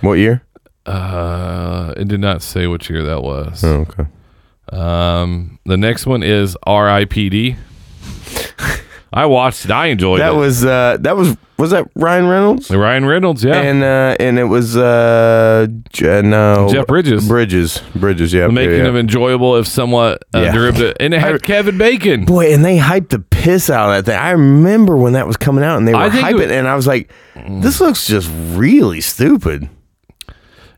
S5: what year
S4: uh, it did not say which year that was.
S5: oh, okay
S4: Um, the next one is
S5: *laughs*
S4: R.I.P.D. I watched it. I enjoyed
S5: that
S4: it.
S5: was uh that was was that ryan reynolds
S4: Ryan Reynolds. Yeah,
S5: and uh, and it was uh, J- no
S4: Jeff Bridges.
S5: Bridges, Bridges, yeah,
S4: the making
S5: yeah,
S4: of
S5: yeah.
S4: enjoyable, if somewhat uh,
S5: Yeah.
S4: derivative, and it had Kevin Bacon.
S5: Boy, and they hyped the piss out of that thing. I remember when that was coming out, and they were
S4: I think it
S5: hyping,
S4: was-
S5: it, and I was like, "This looks just really stupid."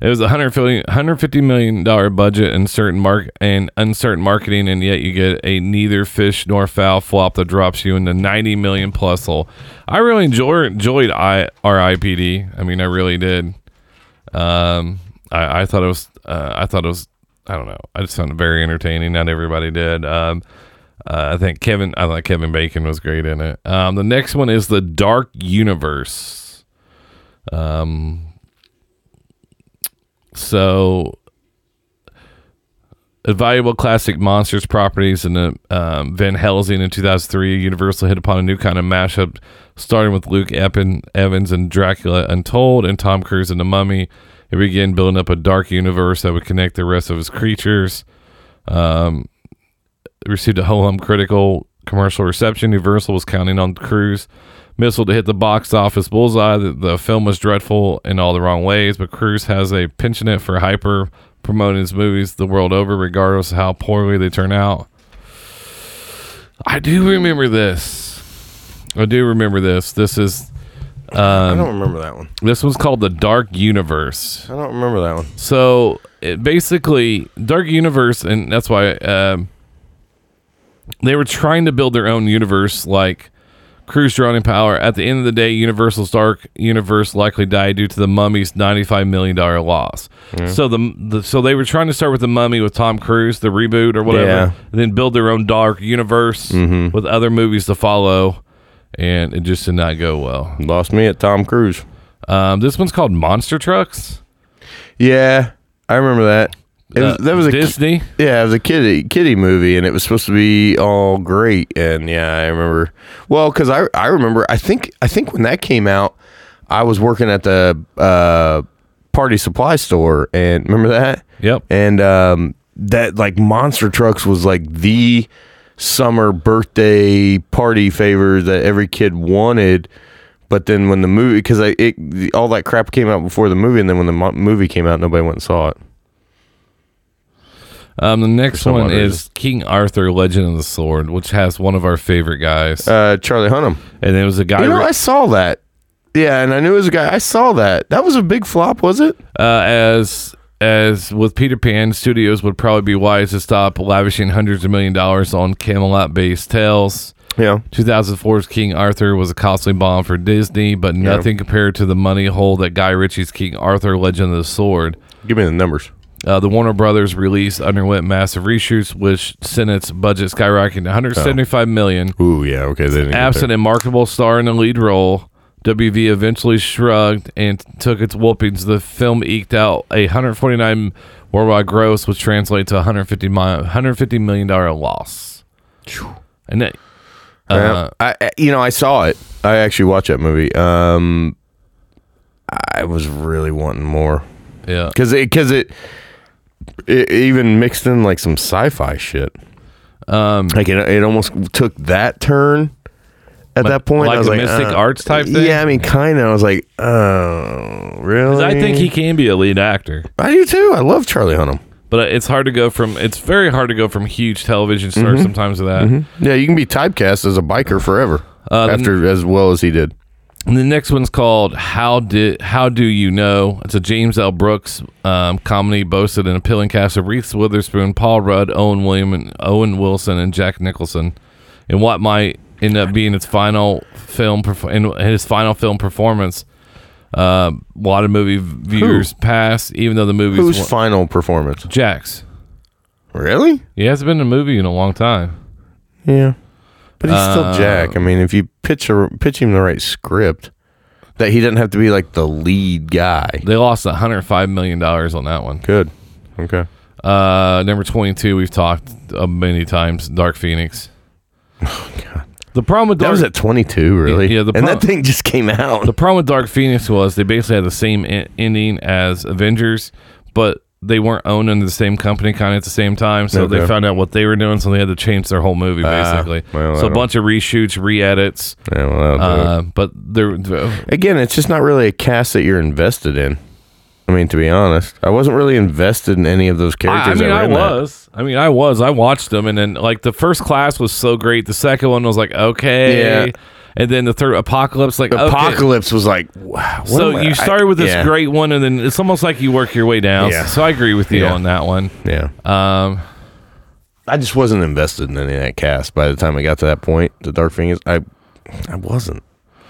S4: It was a 150 $150 million dollar budget and certain mark and uncertain marketing, and yet you get a neither fish nor fowl flop that drops you into 90 million plus hole. I really enjoy, enjoyed I RIPD. I mean, I really did. Um, I, I thought it was, uh, I thought it was, I don't know. I just found it very entertaining. Not everybody did. Um, uh, I think Kevin, I thought Kevin Bacon was great in it. Um, the next one is the Dark Universe. So, a valuable classic monsters properties in the um, Van Helsing in 2003, Universal hit upon a new kind of mashup, starting with Luke Eppen, Evans and Dracula Untold and Tom Cruise in The Mummy. It began building up a dark universe that would connect the rest of his creatures. Um, it received a whole hum critical commercial reception. Universal was counting on Cruise missile to hit the box office bullseye. The, the film was dreadful in all the wrong ways, but Cruise has a penchant for hyper promoting his movies the world over, regardless of how poorly they turn out. I do remember this. I do remember this. This is
S5: I don't remember that one.
S4: this was called the Dark Universe.
S5: I don't remember that one.
S4: So it basically, Dark Universe, and that's why um, they were trying to build their own universe, like Cruise Drawing Power. At the end of the day, Universal's Dark Universe likely died due to the Mummy's ninety-five million dollar loss.
S5: Mm-hmm.
S4: So the, the so they were trying to start with the Mummy with Tom Cruise, the reboot or whatever,
S5: Yeah. Mm-hmm.
S4: and then build their own Dark Universe with other movies to follow. And it just did not go well.
S5: Lost me at Tom Cruise.
S4: Um, this one's called Monster Trucks.
S5: Yeah, I remember that. It was,
S4: Uh,
S5: that was a ki-
S4: Disney.
S5: Yeah, it was a kiddie kiddie movie, and it was supposed to be all great. And yeah, I remember. Well, because I I remember. I think I think when that came out, I was working at the uh, party supply store, and *laughs* remember that.
S4: Yep.
S5: And um, that like monster trucks was like the summer birthday party favor that every kid wanted. But then when the movie, because I it all that crap came out before the movie, and then when the mo- movie came out, nobody went and saw it.
S4: Um, the next
S5: some
S4: one
S5: other
S4: is King Arthur: Legend of the Sword, which has one of our favorite guys,
S5: Uh, Charlie Hunnam.
S4: and it was a guy.
S5: You know,
S4: re-
S5: I saw that. Yeah, and I knew it was a guy. I saw that. That was a big flop, was it?
S4: uh, as as with Peter Pan, studios would probably be wise to stop lavishing hundreds of million dollars on Camelot-based tales.
S5: Yeah.
S4: 2004's King Arthur was a costly bomb for Disney, but nothing compared to the money hole that Guy Ritchie's King Arthur: Legend of the Sword.
S5: Give me the numbers.
S4: Uh, the Warner Brothers release underwent massive reshoots, which sent its budget
S5: Oh.
S4: skyrocketing to 175 million.
S5: Ooh, yeah. Okay. They didn't get
S4: Absent a marketable star in the lead role, WV eventually shrugged and took its whoopings. The film eked out a 149 worldwide gross, which translates to 150 mi- 150 million dollar loss. And that, uh,
S5: there. Yeah. I, I- you know, I saw it. I actually watched that movie. Um, I was really wanting more
S4: yeah,
S5: because it because it, it even mixed in like some sci-fi shit. Um, like it, it almost took that turn at
S4: Like-
S5: that point.
S4: like
S5: I was
S4: a
S5: like,
S4: Mystic
S5: uh,
S4: Arts type thing?
S5: Yeah, I mean, kind of. I was like, oh, really?
S4: I think he can be a lead actor.
S5: I do too. I love Charlie Hunnam.
S4: But it's hard to go from it's very hard to go from huge television stars sometimes to that.
S5: Yeah, you can be typecast as a biker forever
S4: Uh, the-
S5: after as well as he did.
S4: And the next one's called "How Did How Do You Know?" It's a James L. Brooks um, comedy boasted an appealing cast of Reese Witherspoon, Paul Rudd, Owen William, and Owen Wilson, and Jack Nicholson, in what might end up being its final film perf- in his final film performance. Uh, a lot of movie viewers passed, even though the movie's
S5: Whose
S4: one-
S5: final performance?
S4: Jack's.
S5: Really?
S4: He hasn't been in a movie in a long time.
S5: Yeah, but he's
S4: Uh,
S5: still Jack. I mean, if you pitch a, pitch him the right script, that he doesn't have to be like the lead guy.
S4: They lost 105 million dollars on that one.
S5: Good. Okay.
S4: Uh, number 22, we've talked uh, many times Dark
S5: *laughs*
S4: Phoenix. The problem with
S5: Oh, That
S4: Dark,
S5: was at 22, really.
S4: Yeah, the
S5: and
S4: pro-
S5: that thing just came out.
S4: the problem with Dark Phoenix was they basically had the same en- ending as Avengers, but they weren't owned under the same company kind of at the same time. So they
S5: Okay.
S4: found out what they were doing, so they had to change their whole movie
S5: Ah,
S4: basically.
S5: well, I
S4: so a
S5: don't-
S4: bunch of reshoots, re-edits.
S5: Yeah, well, that'll do it.
S4: Uh, but there, uh,
S5: Again, it's just not really a cast that you're invested in. I mean, to be honest, I wasn't really invested in any of those
S4: I, I
S5: characters.
S4: mean,
S5: that were
S4: I
S5: in that.
S4: was. I mean, I was. I watched them, and then like the first class was so great. The second one was like okay,
S5: Yeah.
S4: and then the third apocalypse, like okay.
S5: Apocalypse was like, wow. what
S4: So
S5: am I-
S4: you started with this
S5: yeah.
S4: great one, and then it's almost like you work your way down.
S5: Yeah.
S4: So I agree with you
S5: Yeah.
S4: on that one.
S5: Yeah.
S4: Um,
S5: I just wasn't invested in any of that cast by the time I got to that point. The Dark Fingers, I, I wasn't.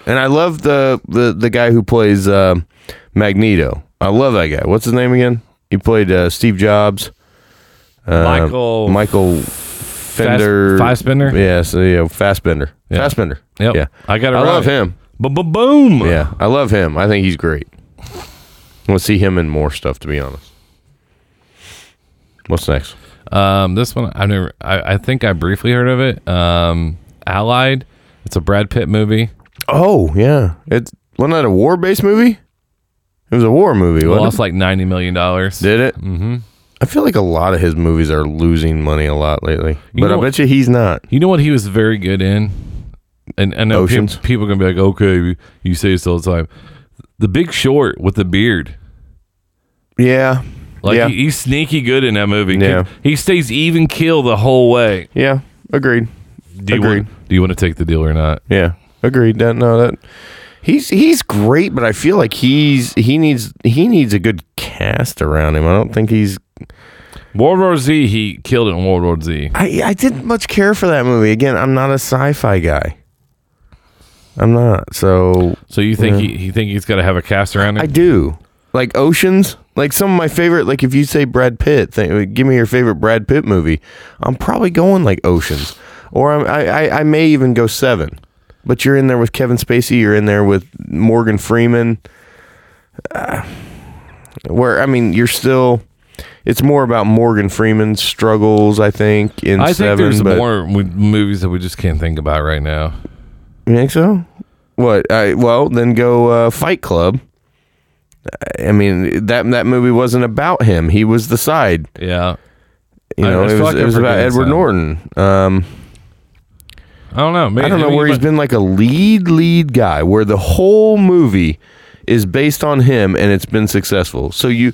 S5: And I love the the the guy who plays um Magneto. I love that guy. What's his name again? He played uh, Steve Jobs. Uh,
S4: Michael-
S5: Michael Fender.
S4: Fassbender?
S5: Yeah. So yeah, Fassbender.
S4: Yeah.
S5: Fassbender.
S4: Yep.
S5: Yeah.
S4: I got it
S5: I
S4: right.
S5: love him.
S4: boom.
S5: Yeah, I love him. I think he's great. I want to see him in more stuff. To be honest. What's next?
S4: Um, this one I've never. I, I think I briefly heard of it. Um, Allied. It's a Brad Pitt movie.
S5: Oh yeah, it wasn't that a war-based movie. It was a war movie. Wasn't
S4: Lost
S5: it?
S4: like ninety million dollars.
S5: Did it? Mm-hmm. I feel like a lot of his movies are losing money a lot lately,
S4: You
S5: but
S4: know-
S5: I bet you he's not.
S4: You know what he was very good in? And I know pe-
S5: Oceans.
S4: people are gonna be like, okay, you- you say this all the time. The Big Short with the beard.
S5: Yeah,
S4: Like
S5: yeah,
S4: he, he's sneaky good in that movie.
S5: Yeah.
S4: He stays even kill the whole way.
S5: yeah. Agreed.
S4: Do you
S5: Agreed.
S4: want do you want to take the deal or not?
S5: Yeah, agreed. That no, that he's he's great, but I feel like he's he needs he needs a good cast around him. I don't think he's.
S4: World War Z, he killed it in World War Z.
S5: I I didn't much care for that movie. Again, I'm not a sci-fi guy. I'm not so.
S4: So you think he, you think he's got to have a cast around
S5: I
S4: him?
S5: do. Like Oceans, like some of my favorite. Like if you say Brad Pitt, th- give me your favorite Brad Pitt movie. I'm probably going like Oceans, or I'm, I, I I may even go Seven. But you're in there with Kevin Spacey. You're in there with Morgan Freeman. Uh, where I mean, you're still. It's more about Morgan Freeman's struggles, I think. In
S4: I think
S5: Seven,
S4: there's
S5: but
S4: more mo- movies that we just can't think about right now.
S5: you think so? What? I, well, then go uh, Fight Club. I mean that that movie wasn't about him. He was the side.
S4: Yeah,
S5: You
S4: I
S5: know,
S4: feel
S5: it was,
S4: like
S5: it
S4: I'm
S5: was about
S4: forgetting
S5: Edward
S4: some.
S5: Norton. Um,
S4: I don't know. Maybe,
S5: I don't know
S4: maybe
S5: where he's
S4: might-
S5: been like a lead lead guy, where the whole movie is based on him and it's been successful. So you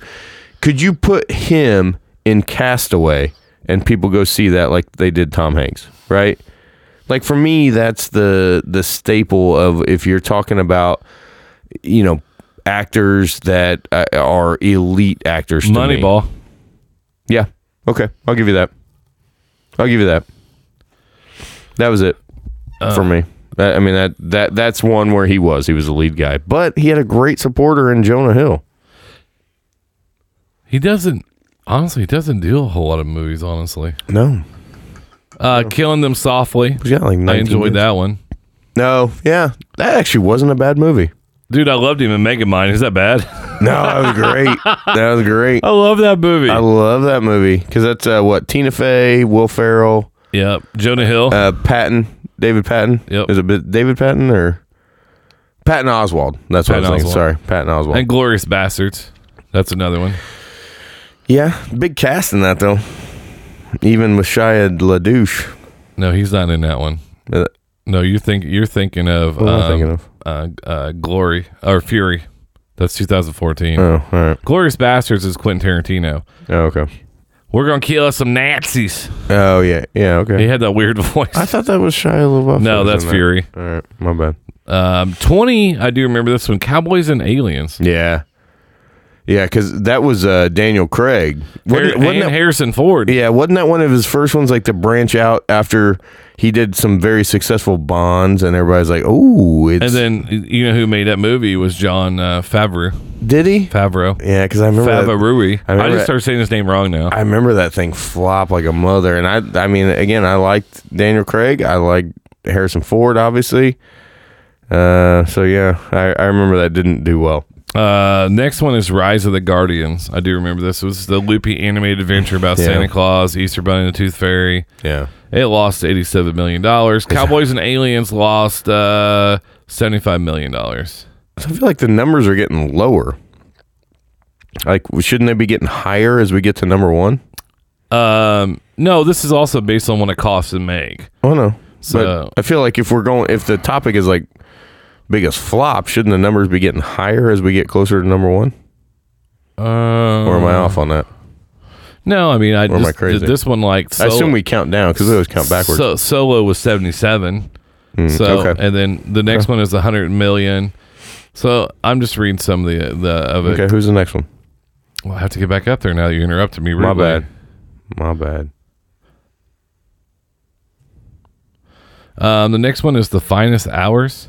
S5: could you put him in Castaway and people go see that like they did Tom Hanks, right? Like for me, that's the the staple of if you're talking about you know actors that uh, are elite actors. to me.
S4: Moneyball.
S5: Yeah. Okay. I'll give you that. I'll give you that. That was it
S4: Uh.
S5: for me. That, I mean that that that's one where he was. He was the lead guy, but he had a great supporter in Jonah Hill.
S4: He doesn't. Honestly, he doesn't do a whole lot of movies. Honestly,
S5: No,
S4: uh, killing them softly.
S5: he's got like 19
S4: I enjoyed
S5: minutes.
S4: that one,
S5: No, yeah, that actually wasn't a bad movie.
S4: dude. I loved him in Megamind. Is that bad? *laughs*
S5: No, that was great. *laughs* that was great.
S4: I love that movie.
S5: I love that movie because that's uh, what Tina Fey, Will Ferrell,
S4: yep, Jonah Hill.
S5: uh, Patton, David Patton.
S4: Yep.
S5: Is it Bi- David Patton or Patton Oswald? That's what I
S4: Patton
S5: was thinking.
S4: Oswalt.
S5: Sorry, Patton Oswald.
S4: and Glorious Bastards. That's another one.
S5: Yeah, big cast in that though. Even with Shia LaDouche.
S4: No, he's not in that one.
S5: Uh,
S4: No, you think you're thinking of
S5: What am I
S4: um,
S5: thinking of?
S4: Uh, uh, Glory or Fury. That's 2014.
S5: Oh, all right.
S4: Glorious Bastards is Quentin Tarantino.
S5: Oh, okay.
S4: We're gonna kill some Nazis.
S5: Oh yeah, yeah. Okay.
S4: He had that weird *laughs* voice.
S5: I thought that was Shia LaBeouf.
S4: No,
S5: was
S4: that's
S5: in that.
S4: Fury.
S5: All right, my bad.
S4: Um, 20, I do remember this one Cowboys and Aliens.
S5: Yeah, yeah, because that was uh, Daniel Craig.
S4: Har-
S5: Wasn't, wasn't
S4: and
S5: that,
S4: Harrison Ford.
S5: yeah, wasn't that one of his first ones? Like to branch out after he did some very successful Bonds, and everybody's like, "Oh, it's."
S4: And then, you know who made that movie was John uh, Favreau.
S5: did he?
S4: Favreau.
S5: Yeah, because I remember that-
S4: Favreau.
S5: I
S4: I, just
S5: remember that-
S4: started saying his name wrong now.
S5: I remember that thing flop like a mother. And I, I mean, again, I liked Daniel Craig. I liked Harrison Ford, obviously. Uh, so yeah, I, I remember that didn't do well.
S4: Uh, next one is Rise of the Guardians. I do remember this. It was the loopy animated adventure about
S5: Yeah.
S4: Santa Claus, Easter Bunny, and the Tooth Fairy.
S5: Yeah.
S4: It lost $87 million. Cowboys and Aliens lost uh, $75 million.
S5: So I feel like the numbers are getting lower. Like, shouldn't they be getting higher as we get to number one?
S4: Um, no, this is also based on what it costs to make.
S5: Oh no.
S4: So-
S5: but I feel like if we're going, if the topic is like biggest flop, shouldn't the numbers be getting higher as we get closer to number one?
S4: Uh,
S5: Or am I off on that?
S4: No, I mean, I
S5: am
S4: just,
S5: I crazy?
S4: this one like
S5: I assume we count down because we always count backwards. Hmm,
S4: So solo was seventy seven. so
S5: okay.
S4: and then the next one is a hundred million. So I'm just reading some of the the of it.
S5: okay, who's the next one?
S4: Well, I have to get back up there now. that You interrupted me.
S5: My
S4: rudely.
S5: bad. My bad.
S4: Um, the next one is the finest hours.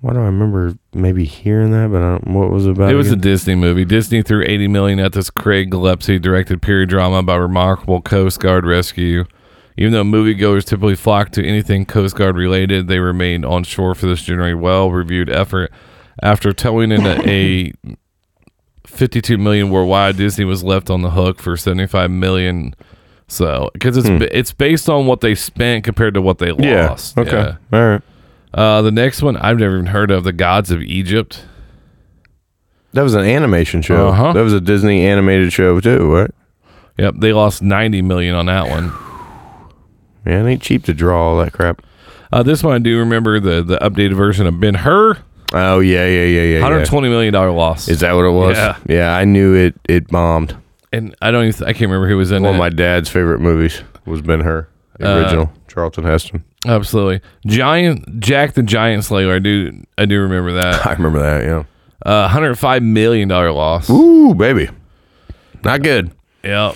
S5: Why do I remember maybe hearing that? But I don't, what was it about?
S4: It was a
S5: again?
S4: Disney movie. Disney threw eighty million at this Craig Gillespie directed period drama by remarkable Coast Guard rescue. Even though moviegoers typically flock to anything Coast Guard related, they remained on shore for this generally well reviewed effort. After towing in
S5: *laughs*
S4: a fifty-two million worldwide, Disney was left on the hook for seventy-five million. So, because it's ba- it's based on what they spent compared to what they
S5: Hmm. yeah.
S4: lost.
S5: Okay.
S4: Yeah.
S5: All right.
S4: Uh, the next one I've never even heard of: the Gods of Egypt.
S5: That was an animation show.
S4: Uh-huh.
S5: That was a Disney animated show too, right?
S4: Yep, they lost ninety million on that one.
S5: Yeah, it ain't cheap to draw all that crap.
S4: Uh, this one I do remember the the updated version of Ben Hur,
S5: Oh yeah, yeah, yeah, yeah. yeah.
S4: one hundred twenty million dollar loss.
S5: Is that what it was?
S4: Yeah.
S5: I knew it. It bombed.
S4: and I don't even I can't remember who was in it.
S5: One of Oh my dad's favorite movies was Ben Hur, the
S4: Uh,
S5: original Charlton Heston. *laughs*
S4: Absolutely, Giant Jack the Giant Slayer. I do I do remember that.
S5: I remember that. Yeah.
S4: Uh, one hundred five million dollar loss.
S5: Ooh, baby, not good.
S4: Yep.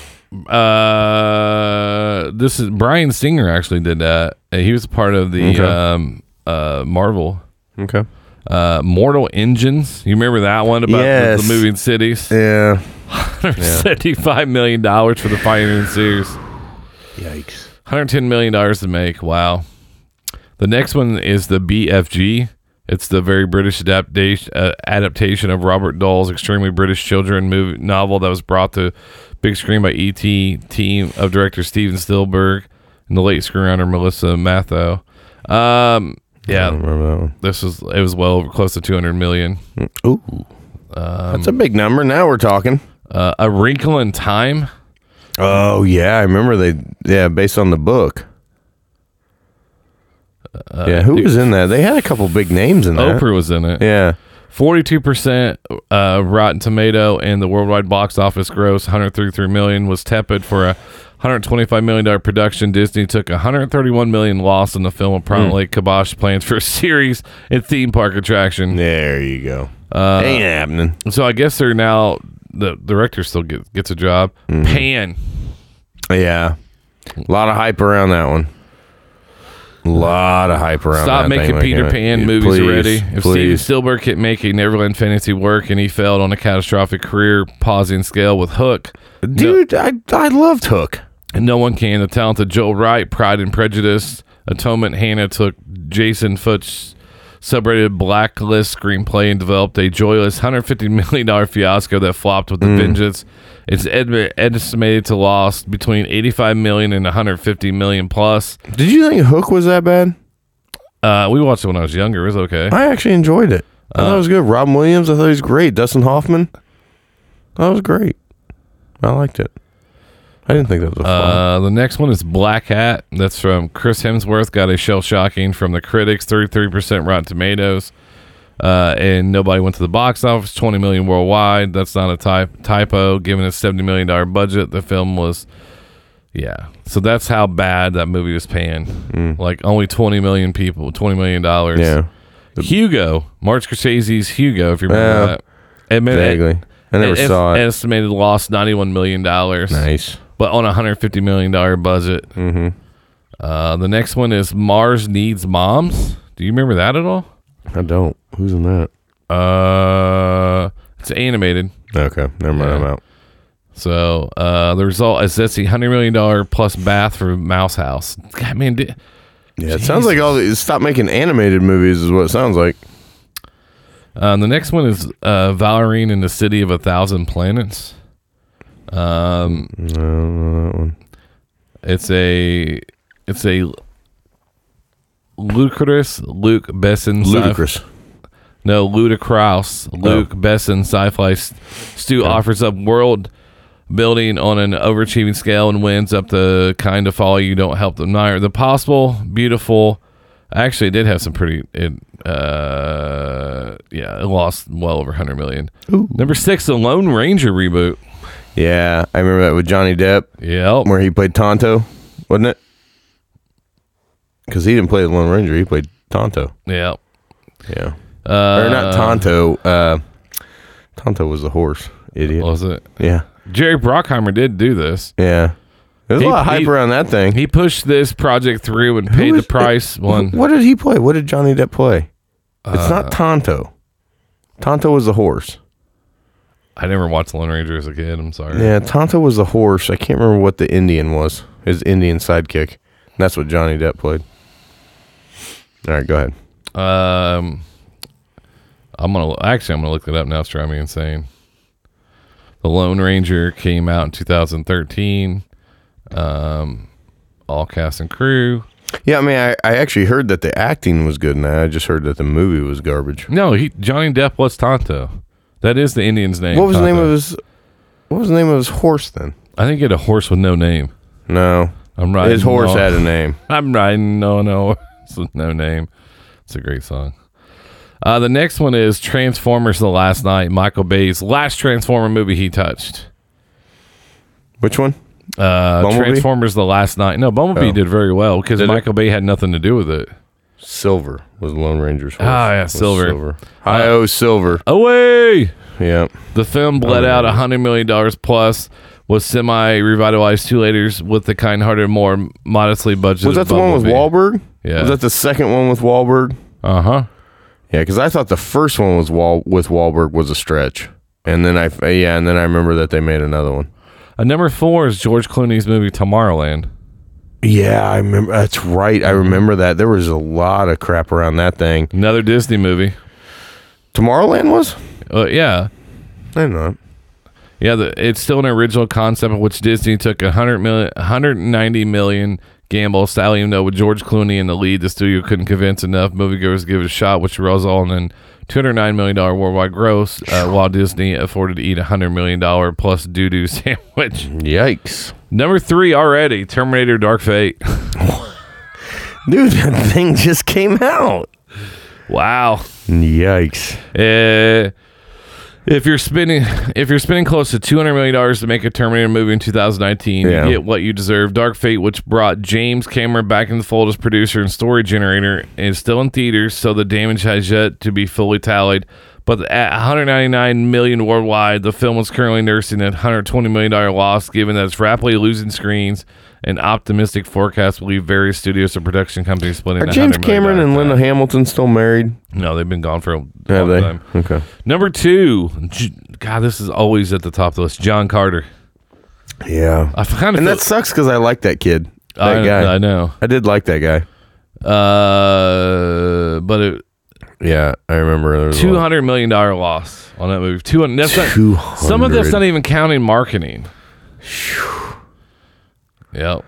S4: Uh, this is Brian Singer actually did that. Uh, He was part of the
S5: Okay.
S4: um uh Marvel.
S5: Okay.
S4: Uh, Mortal Engines. You remember that one about the-
S5: Yes.
S4: the moving cities? *laughs*
S5: Yeah.
S4: $75 million dollars for the final series.
S5: Yikes.
S4: 110 million dollars to make. Wow. The next one is the BFG. It's the very British adaptation uh, adaptation of Robert Dahl's extremely British children movie novel that was brought to big screen by ET team of director Steven Spielberg and the late screenwriter Melissa Matho. Um, yeah,
S5: Remember that one.
S4: this was it was well over close to 200 million.
S5: Ooh. That's
S4: Um,
S5: a big number. Now we're talking.
S4: Uh, A Wrinkle in Time.
S5: Oh yeah, I remember they. Yeah, based on the book. yeah, who was in that? They had a couple big names in that.
S4: Uh, Oprah was in it.
S5: Yeah.
S4: Forty-two percent uh, Rotten Tomato and the worldwide box office gross 133 million was tepid for a 125 million dollar production. Disney took 131 million loss on the film and promptly
S5: Hmm.
S4: kiboshed plans for a series and theme park attraction.
S5: There you go.
S4: Uh,
S5: Ain't happening.
S4: So I guess they're now the director still get, gets a job.
S5: Hmm.
S4: Pan.
S5: Yeah. A lot of hype around that one. A lot of hype around
S4: Stop
S5: that thing,
S4: making
S5: like,
S4: Peter
S5: uh,
S4: Pan
S5: yeah,
S4: movies
S5: please,
S4: already. If
S5: please.
S4: Steven Spielberg can make a Neverland fantasy work and he failed on a catastrophic career pausing scale with Hook,
S5: Dude, I, I loved Hook.
S4: and no one can. The talented Joel Wright, Pride and Prejudice, Atonement, Hannah took Jason Foote's celebrated blacklist screenplay and developed a joyless $150 million fiasco that flopped with a vengeance. It's ed- estimated to lost between 85 million and 150 million plus.
S5: Did you think Hook was that bad?
S4: Uh, we watched it when I was younger. It was okay.
S5: I actually enjoyed it. I
S4: Uh,
S5: thought it was good. Robin Williams, I thought he was great. Dustin Hoffman, that was great. I liked it. I didn't think that was a flop.
S4: Uh, the next one is Black Hat. That's from Chris Hemsworth. Got a shell shocking from the critics, 33% Rotten Tomatoes. Uh, and nobody went to the box office, 20 million worldwide. That's not a type, typo. Given a $70 million budget, the film was, yeah. So that's how bad that movie was paying. Like only 20 million people, $20 million.
S5: Mm. yeah,
S4: Hugo, Martin Scorsese's Hugo, if you remember
S5: Yeah.
S4: that. Admit-
S5: vaguely. I never
S4: es-
S5: saw it.
S4: Estimated loss $91 million. Nice
S5: nice.
S4: but on a hundred fifty million dollar budget. Mm-hmm. Uh, the next one is Mars Needs Moms. Do you remember that at all?
S5: I don't. Who's in that?
S4: Uh, it's animated.
S5: Okay, never mind. I'm
S4: Yeah.
S5: out.
S4: So uh, the result is that's the hundred million dollar plus bath for Mouse House. God, man, di-
S5: Yeah, it sounds like all the stop making animated movies is what it sounds like.
S4: Um, the next one is uh, Valorine in the City of a Thousand Planets. Um, It's a it's a ludicrous Luke Besson sci-
S5: Ludicrous.
S4: No, Ludacrouse. Luke
S5: Oh.
S4: Besson, sci-fi s- Stu offers up world building on an overachieving scale and wins up the kind of folly you don't help them admire. The possible, beautiful. Actually, it did have some pretty. It, uh, yeah, it lost well over 100 million. Number six, the Lone Ranger reboot.
S5: Yeah, I remember that with Johnny Depp
S4: Yep.
S5: where he played Tonto, wasn't it? Because he didn't play the Lone Ranger, he played Tonto.
S4: Yep.
S5: Yeah,
S4: Uh,
S5: or not Tonto. Uh, Tonto was the horse idiot.
S4: Was it?
S5: Yeah,
S4: Jerry Brockheimer did do this.
S5: yeah. There's
S4: He-
S5: a lot of hype
S4: he-
S5: around that thing.
S4: He pushed this project through and
S5: Who
S4: paid
S5: is
S4: the
S5: it?
S4: price. one. Uh,
S5: Wh- What did he play? What did Johnny Depp play? It's not Tonto. Tonto was the horse.
S4: I never watched Lone Ranger as a kid. I'm sorry.
S5: Yeah, Tonto was the horse. I can't remember what the Indian was. His Indian sidekick. And that's what Johnny Depp played. All right, go ahead.
S4: Um, I'm gonna actually I'm gonna look it up now. It's driving me insane. The Lone Ranger came out in 2013. Um, all cast and crew.
S5: Yeah, I mean, I, I actually heard that the acting was good, and I just heard that the movie was garbage.
S4: No, he Johnny Depp was Tonto. That is the Indian's name.
S5: What was the
S4: Tonto.
S5: name of his? What was the name of his horse then?
S4: I think he had a horse with no name.
S5: No,
S4: I'm riding.
S5: his horse
S4: on-
S5: had a name.
S4: *laughs* I'm riding on a horse with no name. It's a great song. Uh, the next one is Transformers: The Last Night. Michael Bay's last Transformer movie he touched.
S5: Which one?
S4: Uh,
S5: Bumblebee?
S4: Transformers the last night. No, Bumblebee
S5: Oh.
S4: did very well because
S5: Did it?
S4: Michael Bay had nothing to do with it.
S5: Silver was Lone Ranger's horse.
S4: Ah, yeah,
S5: Was
S4: Silver. Uh,
S5: I owe Silver.
S4: Away!
S5: Yeah.
S4: The film bled
S5: Oh,
S4: out a $100 million plus, was semi revitalized two later with the kind hearted, more modestly budgeted.
S5: Was that the one with Wahlberg?
S4: Yeah.
S5: Was that the second one with Wahlberg?
S4: Uh huh.
S5: Yeah, because I thought the first one was Wal with Wahlberg was a stretch, and then I yeah, and then I remember that they made another one.
S4: Uh, number four is George Clooney's movie Tomorrowland.
S5: Yeah, I remember. That's right. I remember that there was a lot of crap around that thing.
S4: Another Disney movie.
S5: Tomorrowland was.
S4: Uh, yeah.
S5: I don't know.
S4: Yeah, the, it's still an original concept of which Disney took a hundred million, hundred ninety million gamble. Style, even though with George Clooney in the lead, the studio couldn't convince enough moviegoers to give it a shot, which resulted in two hundred nine million dollar worldwide gross, uh, while Disney afforded to eat a hundred million dollar plus doo doo *laughs* sandwich.
S5: Yikes,
S4: Number three already, Terminator Dark Fate.
S5: *laughs* dude! That thing just came out.
S4: wow,
S5: Yikes.
S4: Uh, if you're spending if you're spending close to 200 million dollars to make a Terminator movie in 2019,
S5: Yeah.
S4: you get what you deserve. Dark Fate, which brought James Cameron back in the fold as producer and story generator, is still in theaters, so the damage has yet to be fully tallied. But at 199 million worldwide, the film is currently nursing a 120 million dollar loss, given that it's rapidly losing screens. And optimistic forecasts believe various studios and production companies splitting.
S5: Are
S4: the
S5: James
S4: $100 million
S5: Cameron and
S4: fat.
S5: Linda Hamilton still married?
S4: No, they've been gone for a long
S5: Have they?
S4: time.
S5: Okay.
S4: Number two, J- God, this is always at the top of the list. John Carter.
S5: Yeah.
S4: I kind of
S5: And
S4: feel-
S5: that sucks because I like that kid. That
S4: I,
S5: guy.
S4: I know,
S5: I did like that guy.
S4: uh, but it,
S5: Yeah, I remember.
S4: two hundred million dollar loss on that movie. Two hundred. That's not, some of that's
S5: 200.
S4: not even counting marketing. Yep.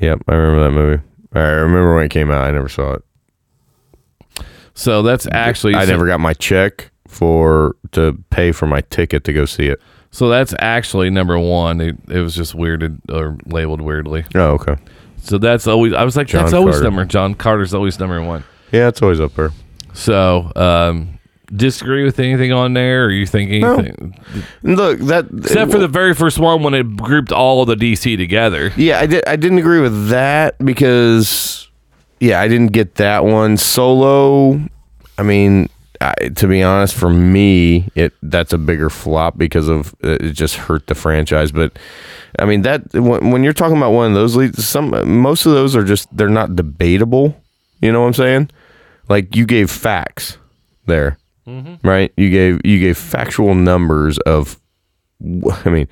S5: Yep, I remember that movie. I remember when it came out. I never saw it.
S4: So that's actually
S5: I
S4: so,
S5: never got my check for to pay for my ticket to go see it.
S4: so that's actually number one. It, it was just weirded or labeled weirdly.
S5: Oh, okay.
S4: So that's always. I was like,
S5: John
S4: that's always
S5: Carter.
S4: number. John Carter's always number one.
S5: Yeah, it's always up there.
S4: So, um, disagree with anything on there? Or you think anything?
S5: Look, that
S4: Except for the very first one when it grouped all of the DC together.
S5: Yeah, I did. I didn't agree with that because, yeah, I didn't get that one solo. I mean, I, to be honest, for me, it that's a bigger flop because of it it just hurt the franchise. But I mean, that when, when you're talking about one of those leads, some most of those are just they're not debatable. You know what I'm saying? Like you gave facts there, right? You gave you gave factual numbers of *laughs* I mean,